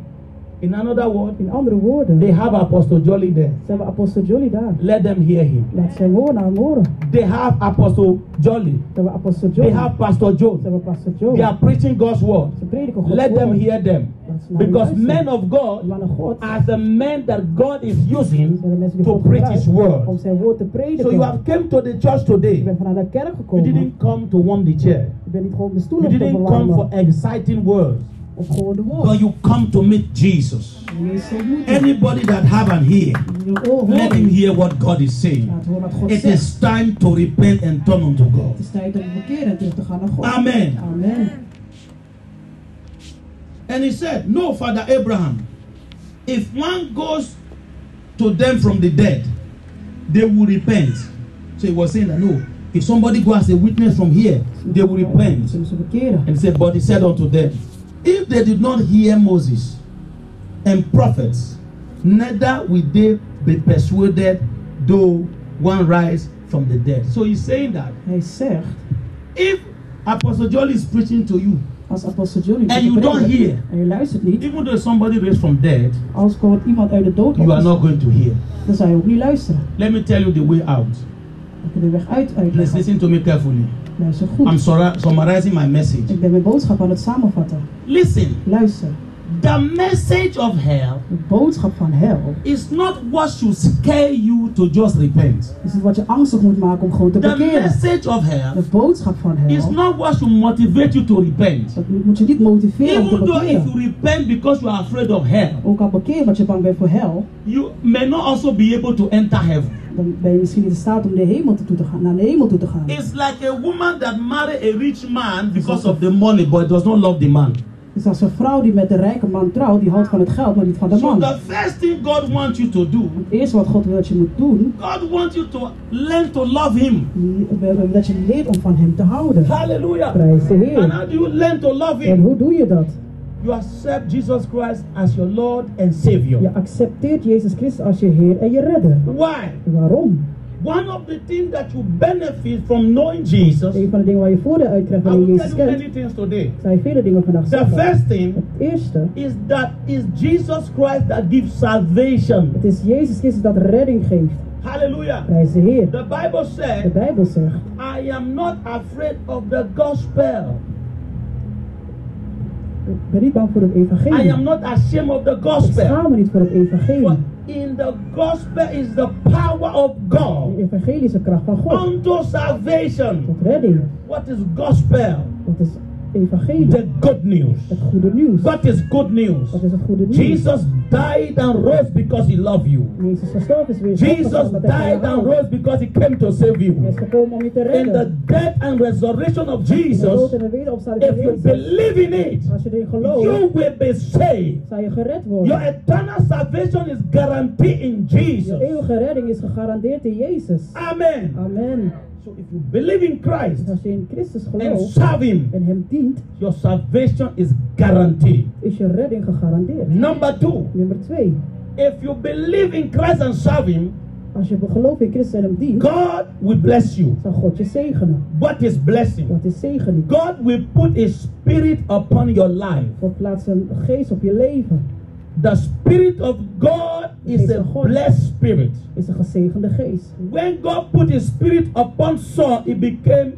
Speaker 1: In another word,
Speaker 2: In andere woorden.
Speaker 1: they have Apostle Jolly there,
Speaker 2: Ze hebben apostel Jolly daar.
Speaker 1: let them hear him.
Speaker 2: Laat zijn woorden aan horen. Ze
Speaker 1: They have Apostle Jolly,
Speaker 2: hebben apostel
Speaker 1: they
Speaker 2: Jolly.
Speaker 1: have Pastor
Speaker 2: Ze
Speaker 1: Joe,
Speaker 2: hebben pastor Joe.
Speaker 1: they are preaching God's word.
Speaker 2: Ze prediken Gods
Speaker 1: Let them
Speaker 2: woord.
Speaker 1: hear them.
Speaker 2: Laat ze naar hen
Speaker 1: Because
Speaker 2: luisteren.
Speaker 1: men of
Speaker 2: De
Speaker 1: God
Speaker 2: mannen God.
Speaker 1: are the men that God is
Speaker 2: zijn de
Speaker 1: using
Speaker 2: mensen die
Speaker 1: to
Speaker 2: God
Speaker 1: preach His
Speaker 2: gebruikt om
Speaker 1: word.
Speaker 2: zijn woord te prediken.
Speaker 1: So you have come to the church
Speaker 2: Je
Speaker 1: today.
Speaker 2: bent vanuit de kerk
Speaker 1: You
Speaker 2: gekomen.
Speaker 1: didn't come to warm the chair.
Speaker 2: Je bent niet gewoon de stoel
Speaker 1: You
Speaker 2: op te
Speaker 1: didn't come
Speaker 2: verwarmen.
Speaker 1: for exciting words.
Speaker 2: of gewoon de woord.
Speaker 1: But you come to meet Jesus.
Speaker 2: Jezus ontmoeten.
Speaker 1: Anybody that have an ear,
Speaker 2: Je oor
Speaker 1: let him
Speaker 2: horen.
Speaker 1: hear what God is saying.
Speaker 2: Laat horen wat God
Speaker 1: It
Speaker 2: zegt.
Speaker 1: is time to repent and turn unto
Speaker 2: Het
Speaker 1: God.
Speaker 2: is tijd om te bekeren en terug te gaan naar God.
Speaker 1: Amen.
Speaker 2: Amen.
Speaker 1: And he said, No, Father Abraham, if one goes to them from the dead, they will repent. So he was saying that no, if somebody goes as a witness from here, they will repent.
Speaker 2: Zullen ze bekeren.
Speaker 1: And he said, But he said unto them, If they did not hear Moses and prophets, neither will they be persuaded, though one rise from the dead. So he's saying that
Speaker 2: Hij zegt,
Speaker 1: if Apostle Joel is preaching to you,
Speaker 2: als apostel Johnny...
Speaker 1: And you don't hear.
Speaker 2: En je luistert niet.
Speaker 1: even though somebody raised from dead,
Speaker 2: Als komt iemand uit de dood
Speaker 1: you are
Speaker 2: opstaat,
Speaker 1: not going to hear.
Speaker 2: dan zou je ook niet luisteren.
Speaker 1: Let me tell you the way out.
Speaker 2: Dan kun je de weg uit
Speaker 1: Please
Speaker 2: uitleggen.
Speaker 1: listen to me carefully.
Speaker 2: Luister
Speaker 1: I'm
Speaker 2: goed.
Speaker 1: summa- summarizing my message.
Speaker 2: Ik ben mijn boodschap aan het samenvatten.
Speaker 1: Listen,
Speaker 2: Luister.
Speaker 1: the message of hell
Speaker 2: De boodschap van hel
Speaker 1: is not what should scare you to just repent.
Speaker 2: is het wat je angstig moet maken om gewoon te
Speaker 1: The
Speaker 2: bekeren.
Speaker 1: message of hell
Speaker 2: De boodschap van
Speaker 1: is
Speaker 2: hel,
Speaker 1: not what should motivate you to repent.
Speaker 2: dat moet je niet motiveren om te
Speaker 1: Even though if
Speaker 2: bekeren.
Speaker 1: you repent because you are afraid of hell,
Speaker 2: Ook al bekeer wat je bang bent voor hel,
Speaker 1: you may not also be able to enter heaven.
Speaker 2: dan ben je misschien niet in staat om de hemel toe te gaan, naar de hemel toe te gaan.
Speaker 1: It's like a woman that married a rich man because of the money but does not love the man.
Speaker 2: Dus als een vrouw die met een rijke man trouwt, die houdt van het geld, maar niet van de
Speaker 1: So
Speaker 2: man.
Speaker 1: the first thing God wants you to do,
Speaker 2: Het eerste wat God wil dat je moet doen,
Speaker 1: God wants you to learn to love Him.
Speaker 2: eh, dat je leert om van hem te houden.
Speaker 1: Hallelujah.
Speaker 2: Prijs de
Speaker 1: And
Speaker 2: Heer.
Speaker 1: how do you learn to love
Speaker 2: En
Speaker 1: Him?
Speaker 2: hoe doe je dat?
Speaker 1: You accept Jesus Christ as your Lord and Savior.
Speaker 2: Je accepteert Jezus Christus als je Heer en je redder.
Speaker 1: Why?
Speaker 2: Waarom?
Speaker 1: One of the things that you benefit from knowing Jesus,
Speaker 2: Een van de dingen waar je voordeel uit krijgt
Speaker 1: I
Speaker 2: wanneer je
Speaker 1: will
Speaker 2: Jezus
Speaker 1: tell you
Speaker 2: kent,
Speaker 1: many things today.
Speaker 2: zijn vele dingen
Speaker 1: The
Speaker 2: vandaag zichtbaar.
Speaker 1: first thing
Speaker 2: Het eerste,
Speaker 1: is that it's Jesus Christ that gives salvation.
Speaker 2: het is Jezus Christus dat redding geeft.
Speaker 1: Hallelujah.
Speaker 2: Prijs de Heer.
Speaker 1: The Bible
Speaker 2: De
Speaker 1: said,
Speaker 2: Bijbel zegt,
Speaker 1: I am not afraid of the gospel.
Speaker 2: ik ben niet bang voor het
Speaker 1: I
Speaker 2: evangelie.
Speaker 1: am not ashamed of the
Speaker 2: Ik
Speaker 1: gospel.
Speaker 2: schaam me niet voor het
Speaker 1: For
Speaker 2: evangelie.
Speaker 1: in the gospel is the power of
Speaker 2: De
Speaker 1: God
Speaker 2: evangelie is de kracht van God.
Speaker 1: unto salvation.
Speaker 2: Tot redding.
Speaker 1: What is gospel?
Speaker 2: Dat is evangelie.
Speaker 1: The good news.
Speaker 2: Het goede nieuws.
Speaker 1: What is good news?
Speaker 2: Dat is het goede nieuws.
Speaker 1: Jesus died and rose because he loved you.
Speaker 2: Jezus gestorven is weer
Speaker 1: Jesus
Speaker 2: opgestaan omdat hij
Speaker 1: died
Speaker 2: van je
Speaker 1: and
Speaker 2: houdt.
Speaker 1: rose because he came to save
Speaker 2: Hij is
Speaker 1: you.
Speaker 2: gekomen om je te
Speaker 1: In the
Speaker 2: redden.
Speaker 1: death and resurrection of
Speaker 2: De dood en
Speaker 1: Jesus,
Speaker 2: de wederopstanding
Speaker 1: if
Speaker 2: van
Speaker 1: you
Speaker 2: Jezus.
Speaker 1: believe in it,
Speaker 2: Als je erin
Speaker 1: you
Speaker 2: gelooft,
Speaker 1: will be saved.
Speaker 2: zal je gered
Speaker 1: Your
Speaker 2: worden.
Speaker 1: eternal salvation is guaranteed in
Speaker 2: Je
Speaker 1: Jesus.
Speaker 2: eeuwige redding is gegarandeerd in Jezus.
Speaker 1: Amen.
Speaker 2: Amen.
Speaker 1: So if you believe in Christ
Speaker 2: Dus als je in Christus
Speaker 1: and
Speaker 2: gelooft
Speaker 1: serve Him,
Speaker 2: en hem dient,
Speaker 1: your salvation is guaranteed.
Speaker 2: is je redding gegarandeerd.
Speaker 1: Number two,
Speaker 2: Nummer 2.
Speaker 1: if you believe in Christ and serve Him,
Speaker 2: Als je gelooft in Christus en hem dient,
Speaker 1: God will bless you.
Speaker 2: zal God je zegenen.
Speaker 1: What is blessing?
Speaker 2: Wat is zegening?
Speaker 1: God will put His Spirit upon your life.
Speaker 2: God plaatst een geest op je leven.
Speaker 1: The Spirit of God is a blessed Spirit.
Speaker 2: Is een gezegende geest.
Speaker 1: When God put His Spirit upon Saul, he became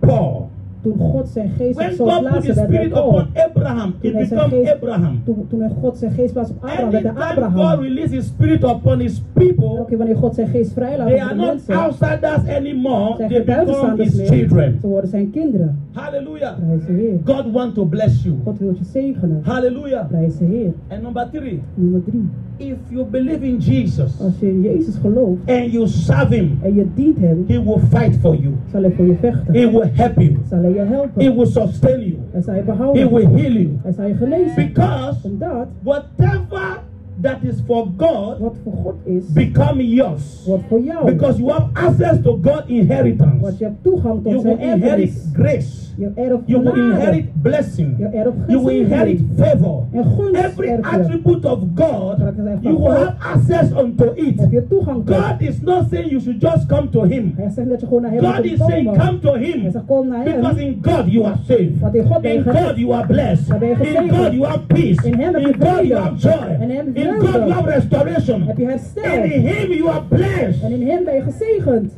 Speaker 1: Paul.
Speaker 2: Toen God zijn geest op
Speaker 1: When
Speaker 2: Saul
Speaker 1: God put
Speaker 2: plaatste,
Speaker 1: His
Speaker 2: werd hij
Speaker 1: Spirit
Speaker 2: Paul.
Speaker 1: upon Abraham, he
Speaker 2: Toen hij zijn
Speaker 1: became
Speaker 2: geest-
Speaker 1: Abraham.
Speaker 2: Toen, toen hij God zijn geest plaatste op Abraham, werd hij
Speaker 1: Anytime God
Speaker 2: Abraham.
Speaker 1: releases His Spirit upon His
Speaker 2: Elke
Speaker 1: people,
Speaker 2: keer wanneer God zijn geest vrijlaat
Speaker 1: they
Speaker 2: over
Speaker 1: are
Speaker 2: de
Speaker 1: not
Speaker 2: mensen,
Speaker 1: outsiders anymore.
Speaker 2: zijn
Speaker 1: They
Speaker 2: geen
Speaker 1: become
Speaker 2: buitenstaanders
Speaker 1: His
Speaker 2: meer. Ze
Speaker 1: children.
Speaker 2: worden zijn kinderen.
Speaker 1: Hallelujah.
Speaker 2: Prijs de Heer.
Speaker 1: God wants to bless you.
Speaker 2: God wil je zegenen.
Speaker 1: Hallelujah.
Speaker 2: Prijs de Heer.
Speaker 1: And number three,
Speaker 2: Nummer 3.
Speaker 1: if you believe in Jesus
Speaker 2: Als je in Jezus gelooft
Speaker 1: and you serve Him,
Speaker 2: en je dient hem,
Speaker 1: He will fight for you.
Speaker 2: zal hij voor je vechten.
Speaker 1: He will help you.
Speaker 2: Zal hij je
Speaker 1: He
Speaker 2: helpen.
Speaker 1: will sustain you.
Speaker 2: Hij zal je
Speaker 1: He will
Speaker 2: behouden.
Speaker 1: heal you.
Speaker 2: Hij zal je genezen.
Speaker 1: Because
Speaker 2: Omdat
Speaker 1: whatever that is for God
Speaker 2: wat voor God is,
Speaker 1: become yours.
Speaker 2: wordt voor jou.
Speaker 1: Because you have access to God's
Speaker 2: Want
Speaker 1: inheritance.
Speaker 2: je hebt toegang
Speaker 1: You
Speaker 2: tot
Speaker 1: will
Speaker 2: zijn erfenis.
Speaker 1: inherit grace.
Speaker 2: Je erft
Speaker 1: You will
Speaker 2: genade.
Speaker 1: inherit blessing.
Speaker 2: Je erft
Speaker 1: You will inherit
Speaker 2: gezin.
Speaker 1: favor.
Speaker 2: En gunst
Speaker 1: Every
Speaker 2: erf je.
Speaker 1: attribute of God, you will have access unto
Speaker 2: Heb
Speaker 1: it.
Speaker 2: je toegang tot.
Speaker 1: God is not saying you should just come to Him.
Speaker 2: Hij zegt dat je gewoon naar hem
Speaker 1: God
Speaker 2: moet
Speaker 1: is saying
Speaker 2: komen.
Speaker 1: come to
Speaker 2: Hij
Speaker 1: Him.
Speaker 2: zegt kom naar
Speaker 1: Because
Speaker 2: hem.
Speaker 1: in God you are saved.
Speaker 2: Want in God ben je
Speaker 1: In
Speaker 2: gered.
Speaker 1: God you are blessed.
Speaker 2: Dan ben je
Speaker 1: In
Speaker 2: gezegend.
Speaker 1: God you have peace.
Speaker 2: In hem heb je
Speaker 1: In God you
Speaker 2: vrede.
Speaker 1: have joy.
Speaker 2: En hem heb je
Speaker 1: In
Speaker 2: vreugde.
Speaker 1: God you have restoration.
Speaker 2: Heb je
Speaker 1: And
Speaker 2: herstel.
Speaker 1: in Him you are blessed.
Speaker 2: En in hem ben je gezegend.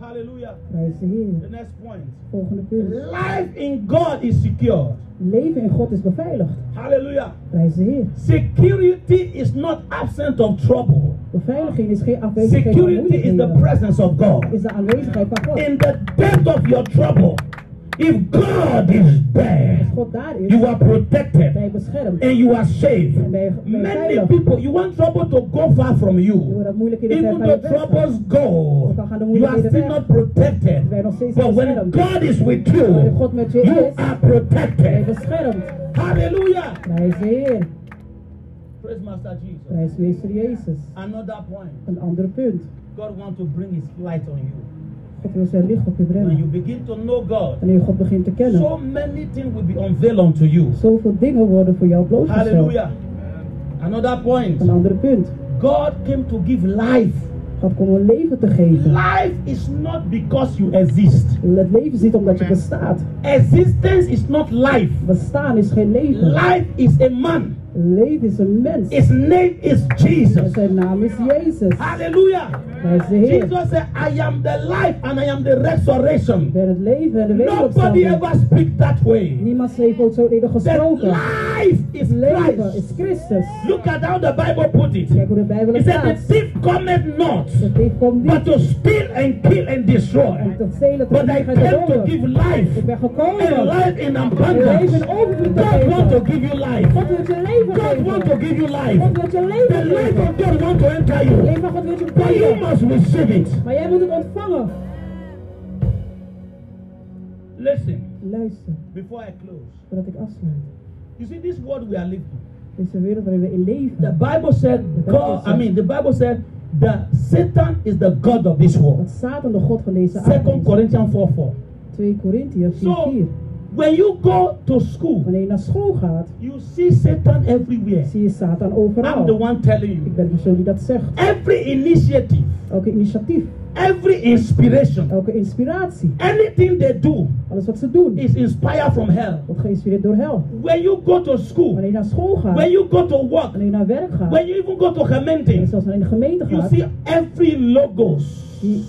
Speaker 1: Hallelujah.
Speaker 2: Prijs de
Speaker 1: The
Speaker 2: Heer.
Speaker 1: next point.
Speaker 2: Volgende punt.
Speaker 1: Life in God is secure.
Speaker 2: Leven in God is beveiligd.
Speaker 1: Hallelujah.
Speaker 2: Prijs de Heer.
Speaker 1: Security is not absent of trouble.
Speaker 2: Beveiliging is geen afwezigheid van
Speaker 1: Security is the
Speaker 2: moeilijkheden.
Speaker 1: presence of God.
Speaker 2: Is de aanwezigheid van God.
Speaker 1: In the depth of your trouble, If God is
Speaker 2: Als
Speaker 1: there,
Speaker 2: God daar is,
Speaker 1: you are protected
Speaker 2: ben je beschermd.
Speaker 1: and you are safe.
Speaker 2: En ben je, ben je
Speaker 1: Many
Speaker 2: veilig.
Speaker 1: people, you want trouble to go far from
Speaker 2: Je
Speaker 1: you.
Speaker 2: wordt dat moeilijk in de tijd
Speaker 1: Even
Speaker 2: van
Speaker 1: though
Speaker 2: je weg gaat.
Speaker 1: troubles go, you are still not protected. But when God is with
Speaker 2: Wanneer
Speaker 1: you,
Speaker 2: God met je
Speaker 1: you
Speaker 2: is,
Speaker 1: are
Speaker 2: ben je
Speaker 1: protected.
Speaker 2: beschermd.
Speaker 1: Hallelujah.
Speaker 2: Prijs de Heer.
Speaker 1: Praise Master Jesus.
Speaker 2: Prijs meester Jezus.
Speaker 1: Another point.
Speaker 2: Een ander punt.
Speaker 1: God wants to bring his light on you.
Speaker 2: God wil zijn licht op je
Speaker 1: When you
Speaker 2: brengen.
Speaker 1: begin to know God,
Speaker 2: Wanneer je God begint te
Speaker 1: so
Speaker 2: kennen,
Speaker 1: many things will be unveiled unto you.
Speaker 2: zoveel dingen worden voor jou blootgesteld.
Speaker 1: Hallelujah. Another point.
Speaker 2: Een ander punt.
Speaker 1: God came to give life.
Speaker 2: God komt een leven te geven.
Speaker 1: Life is not because you exist.
Speaker 2: Het leven is niet omdat je bestaat.
Speaker 1: Existence is not life.
Speaker 2: Bestaan is geen leven.
Speaker 1: Life is a man.
Speaker 2: Leven is een mens.
Speaker 1: His name is
Speaker 2: En
Speaker 1: Jesus.
Speaker 2: zijn naam is Jezus.
Speaker 1: Hallelujah.
Speaker 2: Hij is de Heer.
Speaker 1: Jesus said, I am the life and I am the
Speaker 2: Ik
Speaker 1: resurrection.
Speaker 2: ben het leven en de
Speaker 1: Nobody
Speaker 2: wederopstanding.
Speaker 1: ever speak that way.
Speaker 2: Niemand heeft ooit zo eerder
Speaker 1: That
Speaker 2: gesproken.
Speaker 1: life is
Speaker 2: Het leven
Speaker 1: Christ.
Speaker 2: is Christus.
Speaker 1: Look at how the Bible put it.
Speaker 2: Kijk hoe de Bijbel
Speaker 1: He
Speaker 2: het
Speaker 1: said, The
Speaker 2: staat.
Speaker 1: thief cometh not,
Speaker 2: Het dicht komt
Speaker 1: but
Speaker 2: niet
Speaker 1: to steal and kill and
Speaker 2: om
Speaker 1: destroy.
Speaker 2: te stelen, te
Speaker 1: But I
Speaker 2: liegen en te
Speaker 1: came to
Speaker 2: roven.
Speaker 1: give life.
Speaker 2: Ik ben
Speaker 1: and
Speaker 2: gekomen.
Speaker 1: life in
Speaker 2: Je leven
Speaker 1: abundance.
Speaker 2: in overvloed te
Speaker 1: God wants to
Speaker 2: geven.
Speaker 1: give you life.
Speaker 2: God wil je leven
Speaker 1: God wants
Speaker 2: geven.
Speaker 1: to give you
Speaker 2: God
Speaker 1: life.
Speaker 2: wil je
Speaker 1: The
Speaker 2: leven
Speaker 1: life
Speaker 2: geven.
Speaker 1: of God wants to enter you.
Speaker 2: Leven van God wil je
Speaker 1: But you
Speaker 2: brengen.
Speaker 1: must receive it.
Speaker 2: Maar jij moet het ontvangen.
Speaker 1: Listen,
Speaker 2: Luister,
Speaker 1: before I close,
Speaker 2: voordat ik afsluit.
Speaker 1: you see this world we are living.
Speaker 2: Deze wereld waarin we in
Speaker 1: The
Speaker 2: leven.
Speaker 1: Bible said, God, I mean, the Bible said that Satan is the God of this
Speaker 2: Dat
Speaker 1: world.
Speaker 2: Satan de God van deze aarde
Speaker 1: Second
Speaker 2: is.
Speaker 1: Corinthians 4 4.
Speaker 2: 2 Corinthians 4,
Speaker 1: So, when you go to school,
Speaker 2: Wanneer je naar school gaat,
Speaker 1: you see Satan everywhere.
Speaker 2: zie je Satan
Speaker 1: I'm the
Speaker 2: overal.
Speaker 1: one telling
Speaker 2: Ik
Speaker 1: you.
Speaker 2: ben de persoon die dat zegt.
Speaker 1: Every initiative,
Speaker 2: Elke initiatief,
Speaker 1: every inspiration,
Speaker 2: elke inspiratie,
Speaker 1: anything they do,
Speaker 2: alles wat ze doen,
Speaker 1: is inspired from hell.
Speaker 2: wordt geïnspireerd door hel.
Speaker 1: When you go to
Speaker 2: Wanneer
Speaker 1: school,
Speaker 2: je naar school gaat,
Speaker 1: when you go to work,
Speaker 2: wanneer je naar werk gaat,
Speaker 1: when you even go to
Speaker 2: en
Speaker 1: Gemeente,
Speaker 2: zelfs naar in de gemeente
Speaker 1: you
Speaker 2: gaat,
Speaker 1: see every logos.
Speaker 2: die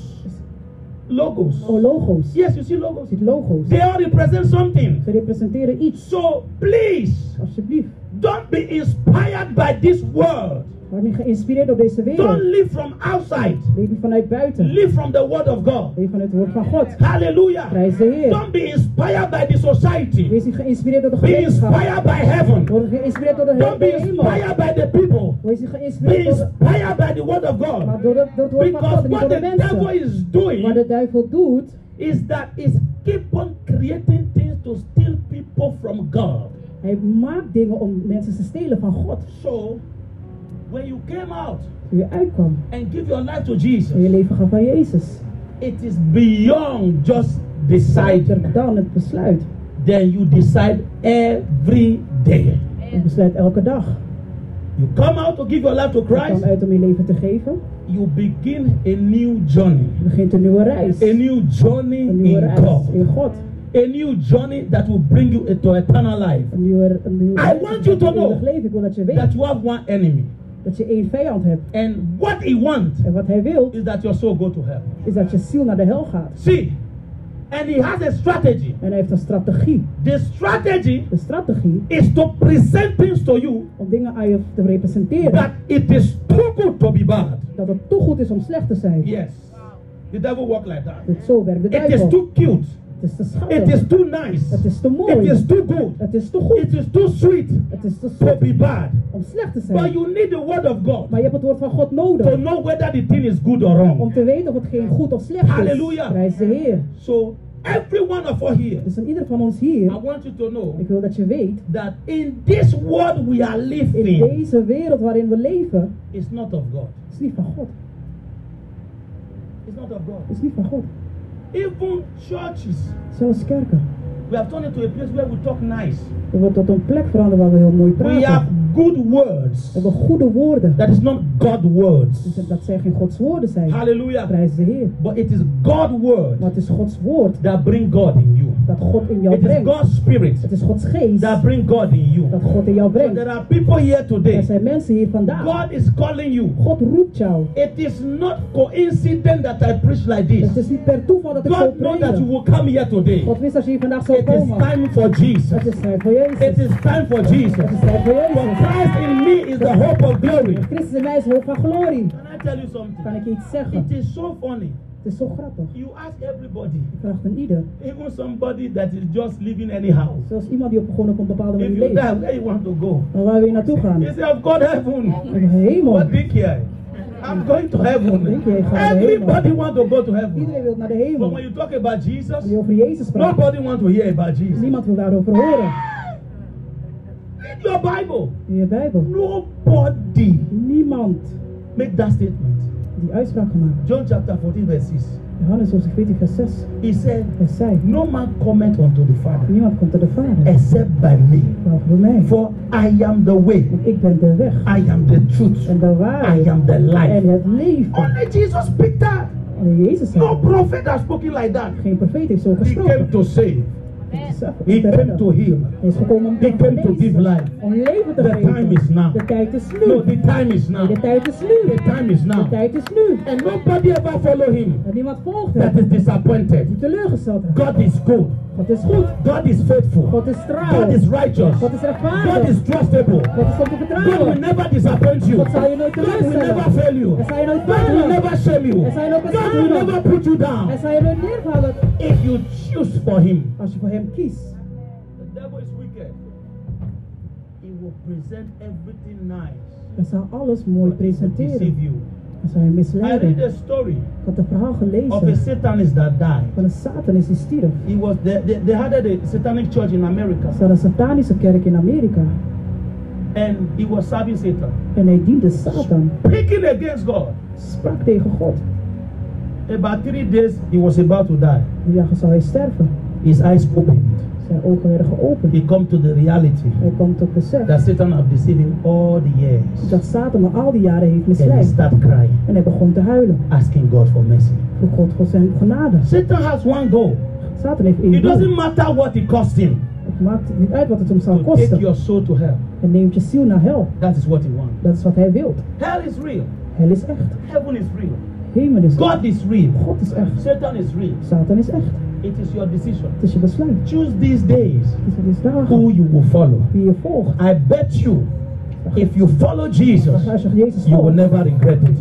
Speaker 1: Logos.
Speaker 2: oh, logo's. Je
Speaker 1: Yes, you see logos.
Speaker 2: ziet logo's.
Speaker 1: They all represent something.
Speaker 2: Ze representeren iets.
Speaker 1: So please,
Speaker 2: Alsjeblieft.
Speaker 1: don't be inspired by this world.
Speaker 2: Word niet geïnspireerd door deze
Speaker 1: Don't
Speaker 2: wereld.
Speaker 1: live from outside.
Speaker 2: Leef niet vanuit buiten.
Speaker 1: Live from the word of God.
Speaker 2: Leef van het woord van God.
Speaker 1: Hallelujah.
Speaker 2: Prijs de Heer.
Speaker 1: Don't be inspired by the society.
Speaker 2: Wees niet geïnspireerd door de
Speaker 1: Be
Speaker 2: gemeenschap.
Speaker 1: inspired by heaven.
Speaker 2: Word geïnspireerd door de
Speaker 1: Don't be
Speaker 2: hele hemel.
Speaker 1: inspired by the people.
Speaker 2: Wees niet
Speaker 1: Be
Speaker 2: geïnspireerd door de-
Speaker 1: inspired by the word of God.
Speaker 2: maar door het, door het woord van
Speaker 1: Because
Speaker 2: God, niet
Speaker 1: what
Speaker 2: door
Speaker 1: the
Speaker 2: de
Speaker 1: devil
Speaker 2: mensen.
Speaker 1: is
Speaker 2: Wat de
Speaker 1: doing
Speaker 2: duivel doet,
Speaker 1: is that is keep on creating things to steal people from God.
Speaker 2: hij maakt dingen om mensen te stelen van God.
Speaker 1: So, when you came out
Speaker 2: Toen je uitkwam
Speaker 1: and give your life to
Speaker 2: en je
Speaker 1: Jesus,
Speaker 2: leven gaf aan Jezus.
Speaker 1: it is beyond just deciding.
Speaker 2: er dan het besluit.
Speaker 1: Then you decide every day.
Speaker 2: Je besluit elke dag.
Speaker 1: You come out to give your life to
Speaker 2: Je kwam
Speaker 1: Christ,
Speaker 2: uit om je leven te geven.
Speaker 1: you begin a new journey.
Speaker 2: Je begint een nieuwe reis.
Speaker 1: A new journey
Speaker 2: Een nieuwe
Speaker 1: in
Speaker 2: reis in
Speaker 1: God.
Speaker 2: God.
Speaker 1: A new journey that will bring you into eternal life.
Speaker 2: Een nieuwe, een nieuwe
Speaker 1: I
Speaker 2: reis.
Speaker 1: want you to
Speaker 2: Een eeuwig
Speaker 1: know
Speaker 2: leven. Ik wil dat je weet
Speaker 1: That you have one enemy.
Speaker 2: dat je één vijand hebt.
Speaker 1: And what he wants
Speaker 2: En wat hij wil,
Speaker 1: is that your soul go to hell.
Speaker 2: is dat je ziel naar de hel gaat.
Speaker 1: See, and he has a strategy.
Speaker 2: En hij heeft een strategie.
Speaker 1: The strategy
Speaker 2: De strategie
Speaker 1: is to present things to you
Speaker 2: om dingen aan je te representeren.
Speaker 1: that it is too good to be bad.
Speaker 2: Dat het toch goed is om slecht te zijn.
Speaker 1: Yes. The devil work like that.
Speaker 2: Dat zo werkt de
Speaker 1: It is
Speaker 2: duivel.
Speaker 1: too cute.
Speaker 2: Het is te
Speaker 1: It is
Speaker 2: schattig.
Speaker 1: too nice.
Speaker 2: Het is te
Speaker 1: It
Speaker 2: mooi.
Speaker 1: is too good.
Speaker 2: Het is te
Speaker 1: It
Speaker 2: goed.
Speaker 1: is too sweet
Speaker 2: Het is te
Speaker 1: to
Speaker 2: zoet
Speaker 1: be bad.
Speaker 2: om slecht te
Speaker 1: But
Speaker 2: zijn.
Speaker 1: you need the word of
Speaker 2: Maar
Speaker 1: God
Speaker 2: je hebt het woord van God
Speaker 1: to
Speaker 2: nodig
Speaker 1: know whether the thing is good or
Speaker 2: om
Speaker 1: wrong.
Speaker 2: te weten of het geen goed of slecht is.
Speaker 1: Halleluja.
Speaker 2: Prijs de Heer.
Speaker 1: So every one of us here,
Speaker 2: Dus aan ieder van ons
Speaker 1: I
Speaker 2: hier,
Speaker 1: want you to know
Speaker 2: ik wil dat je weet,
Speaker 1: that in this world we are
Speaker 2: in
Speaker 1: living
Speaker 2: deze wereld waarin we leven,
Speaker 1: is not of God.
Speaker 2: is niet van God.
Speaker 1: It's not of God.
Speaker 2: Is niet van God.
Speaker 1: Even churches,
Speaker 2: Zelfs kerken.
Speaker 1: we have turned into a place where we talk nice.
Speaker 2: We wordt tot een plek veranderd waar we heel mooi
Speaker 1: We
Speaker 2: praten.
Speaker 1: have good words.
Speaker 2: We hebben goede woorden.
Speaker 1: That is not God words.
Speaker 2: Dus dat zijn geen Gods woorden zijn.
Speaker 1: Hallelujah.
Speaker 2: Prijs de Heer.
Speaker 1: But it is God
Speaker 2: Maar
Speaker 1: word
Speaker 2: het is Gods woord
Speaker 1: that bring God in you.
Speaker 2: dat God in jou
Speaker 1: It is
Speaker 2: brengt.
Speaker 1: God's spirit
Speaker 2: Het is Gods geest
Speaker 1: that bring God in
Speaker 2: dat
Speaker 1: you.
Speaker 2: God in jou
Speaker 1: So
Speaker 2: brengt.
Speaker 1: there are people here
Speaker 2: Er
Speaker 1: today.
Speaker 2: zijn mensen hier vandaag.
Speaker 1: God is calling you.
Speaker 2: God roept jou.
Speaker 1: It is not coincident that I preach like
Speaker 2: Het
Speaker 1: this.
Speaker 2: is niet per toeval dat ik zo
Speaker 1: God knows that you
Speaker 2: preek.
Speaker 1: will come here today.
Speaker 2: God wist dat je hier vandaag zou
Speaker 1: It is
Speaker 2: komen.
Speaker 1: time for
Speaker 2: Het
Speaker 1: Jesus.
Speaker 2: is tijd voor Jezus.
Speaker 1: It
Speaker 2: Het
Speaker 1: is time for Jesus.
Speaker 2: is tijd voor
Speaker 1: For
Speaker 2: Jezus.
Speaker 1: Christ in me is the hope of glory.
Speaker 2: Christus in mij is hoop van glorie.
Speaker 1: Can I tell you
Speaker 2: Kan
Speaker 1: something?
Speaker 2: ik je iets
Speaker 1: It
Speaker 2: zeggen?
Speaker 1: is so funny
Speaker 2: Het is zo grappig.
Speaker 1: You ask everybody,
Speaker 2: Je vraagt een ieder.
Speaker 1: even somebody that is just living anyhow.
Speaker 2: Zelfs iemand die op, gewoon op een bepaalde
Speaker 1: If
Speaker 2: manier
Speaker 1: you
Speaker 2: leeft.
Speaker 1: die, where you want to go?
Speaker 2: Maar waar wil je naartoe gaan?
Speaker 1: He said, I've got heaven.
Speaker 2: Op de hemel.
Speaker 1: What big here? I'm going to
Speaker 2: Thank
Speaker 1: heaven.
Speaker 2: you, Father.
Speaker 1: Everybody want to go to
Speaker 2: Iedereen
Speaker 1: heaven.
Speaker 2: wil naar de
Speaker 1: But
Speaker 2: hemel.
Speaker 1: when you talk about Jesus,
Speaker 2: Als je over Jezus praat,
Speaker 1: nobody want to hear about Jesus.
Speaker 2: niemand wil daarover horen.
Speaker 1: Read your Bible.
Speaker 2: In je Bijbel.
Speaker 1: Nobody
Speaker 2: Niemand
Speaker 1: make that statement.
Speaker 2: die uitspraak gemaakt.
Speaker 1: John chapter 14, verse 6.
Speaker 2: Johannes hoofdstuk 14 vers 6.
Speaker 1: He said,
Speaker 2: Hij zei,
Speaker 1: No man cometh unto the Father
Speaker 2: niemand komt tot de Vader.
Speaker 1: except by me.
Speaker 2: Behalve door mij.
Speaker 1: For I am the way,
Speaker 2: Want ik ben de weg.
Speaker 1: I am the truth,
Speaker 2: En de
Speaker 1: I
Speaker 2: waarheid.
Speaker 1: am the
Speaker 2: En
Speaker 1: life.
Speaker 2: het leven.
Speaker 1: Only Jesus speak that.
Speaker 2: Alleen Jezus
Speaker 1: No
Speaker 2: zei.
Speaker 1: prophet has spoken like that.
Speaker 2: Geen profeet heeft zo
Speaker 1: He
Speaker 2: gesproken.
Speaker 1: came to save,
Speaker 2: Het is zelf om
Speaker 1: he
Speaker 2: te
Speaker 1: came
Speaker 2: redden.
Speaker 1: to heal.
Speaker 2: Hij is gekomen om te
Speaker 1: He came to give
Speaker 2: genezen.
Speaker 1: life.
Speaker 2: Om leven te
Speaker 1: The time is
Speaker 2: geven.
Speaker 1: now.
Speaker 2: De tijd is
Speaker 1: No,
Speaker 2: nu.
Speaker 1: the time is now.
Speaker 2: De
Speaker 1: The
Speaker 2: tijd is nu.
Speaker 1: time is
Speaker 2: De
Speaker 1: now.
Speaker 2: tijd is nu.
Speaker 1: And nobody ever follow him
Speaker 2: Dat niemand volgt
Speaker 1: that
Speaker 2: hem.
Speaker 1: is disappointed.
Speaker 2: Die teleurgesteld raakt.
Speaker 1: God is good.
Speaker 2: God is goed.
Speaker 1: God is
Speaker 2: God
Speaker 1: faithful.
Speaker 2: is trouw.
Speaker 1: God is righteous.
Speaker 2: God is
Speaker 1: God is
Speaker 2: rechtvaardig.
Speaker 1: trustable.
Speaker 2: God is om
Speaker 1: God
Speaker 2: te
Speaker 1: will
Speaker 2: vertrouwen.
Speaker 1: never disappoint you.
Speaker 2: God zal je nooit
Speaker 1: God will
Speaker 2: teleurstellen.
Speaker 1: never fail you.
Speaker 2: Hij zal je nooit
Speaker 1: God will
Speaker 2: falen.
Speaker 1: never shame you.
Speaker 2: Hij zal je nooit
Speaker 1: God will
Speaker 2: beschamen.
Speaker 1: never put you
Speaker 2: Hij
Speaker 1: down.
Speaker 2: zal je nooit neervallen.
Speaker 1: If you choose for Him,
Speaker 2: Als je voor hem kiest.
Speaker 1: the devil is wicked. He will present everything nice.
Speaker 2: Hij zal alles mooi presenteren.
Speaker 1: Deceive you.
Speaker 2: Hij zal je
Speaker 1: I read
Speaker 2: misleiden.
Speaker 1: a story
Speaker 2: Ik had een verhaal
Speaker 1: of a
Speaker 2: gelezen
Speaker 1: Satanist that died.
Speaker 2: van een satanist die stierf.
Speaker 1: He was they, they, they had a satanic church in
Speaker 2: Er
Speaker 1: America,
Speaker 2: zat een satanische kerk in Amerika.
Speaker 1: and he was serving Satan,
Speaker 2: En hij diende Satan.
Speaker 1: speaking against God.
Speaker 2: Sprak tegen God.
Speaker 1: About three days, he was about to die.
Speaker 2: Die dagen zou hij sterven.
Speaker 1: His eyes opened.
Speaker 2: Zijn ogen werden geopend.
Speaker 1: He come to the reality.
Speaker 2: Hij kwam tot besef
Speaker 1: that Satan have deceived him all the years.
Speaker 2: dat Satan me al die jaren heeft
Speaker 1: And he
Speaker 2: misleid.
Speaker 1: start crying,
Speaker 2: En hij begon te huilen.
Speaker 1: asking God for mercy.
Speaker 2: Vroeg God voor zijn genade.
Speaker 1: Satan has one goal.
Speaker 2: Satan heeft één
Speaker 1: It doesn't
Speaker 2: doel.
Speaker 1: matter what it costs him
Speaker 2: Het maakt niet uit wat het hem zal
Speaker 1: to take
Speaker 2: kosten.
Speaker 1: your soul to hell.
Speaker 2: Hij neemt je ziel naar hel.
Speaker 1: That is what he wants.
Speaker 2: Dat is wat hij wil.
Speaker 1: Hell is real.
Speaker 2: Hel is echt.
Speaker 1: Heaven is real.
Speaker 2: Hemel is echt.
Speaker 1: God is real.
Speaker 2: God is echt.
Speaker 1: Satan is real.
Speaker 2: Satan is echt.
Speaker 1: It is your decision.
Speaker 2: Het is je besluit.
Speaker 1: Choose these days
Speaker 2: Het is de dagen
Speaker 1: who you will follow.
Speaker 2: die je volgt.
Speaker 1: I bet you, if you follow Jesus,
Speaker 2: Als je Jezus oh,
Speaker 1: you will
Speaker 2: volgt,
Speaker 1: never regret it.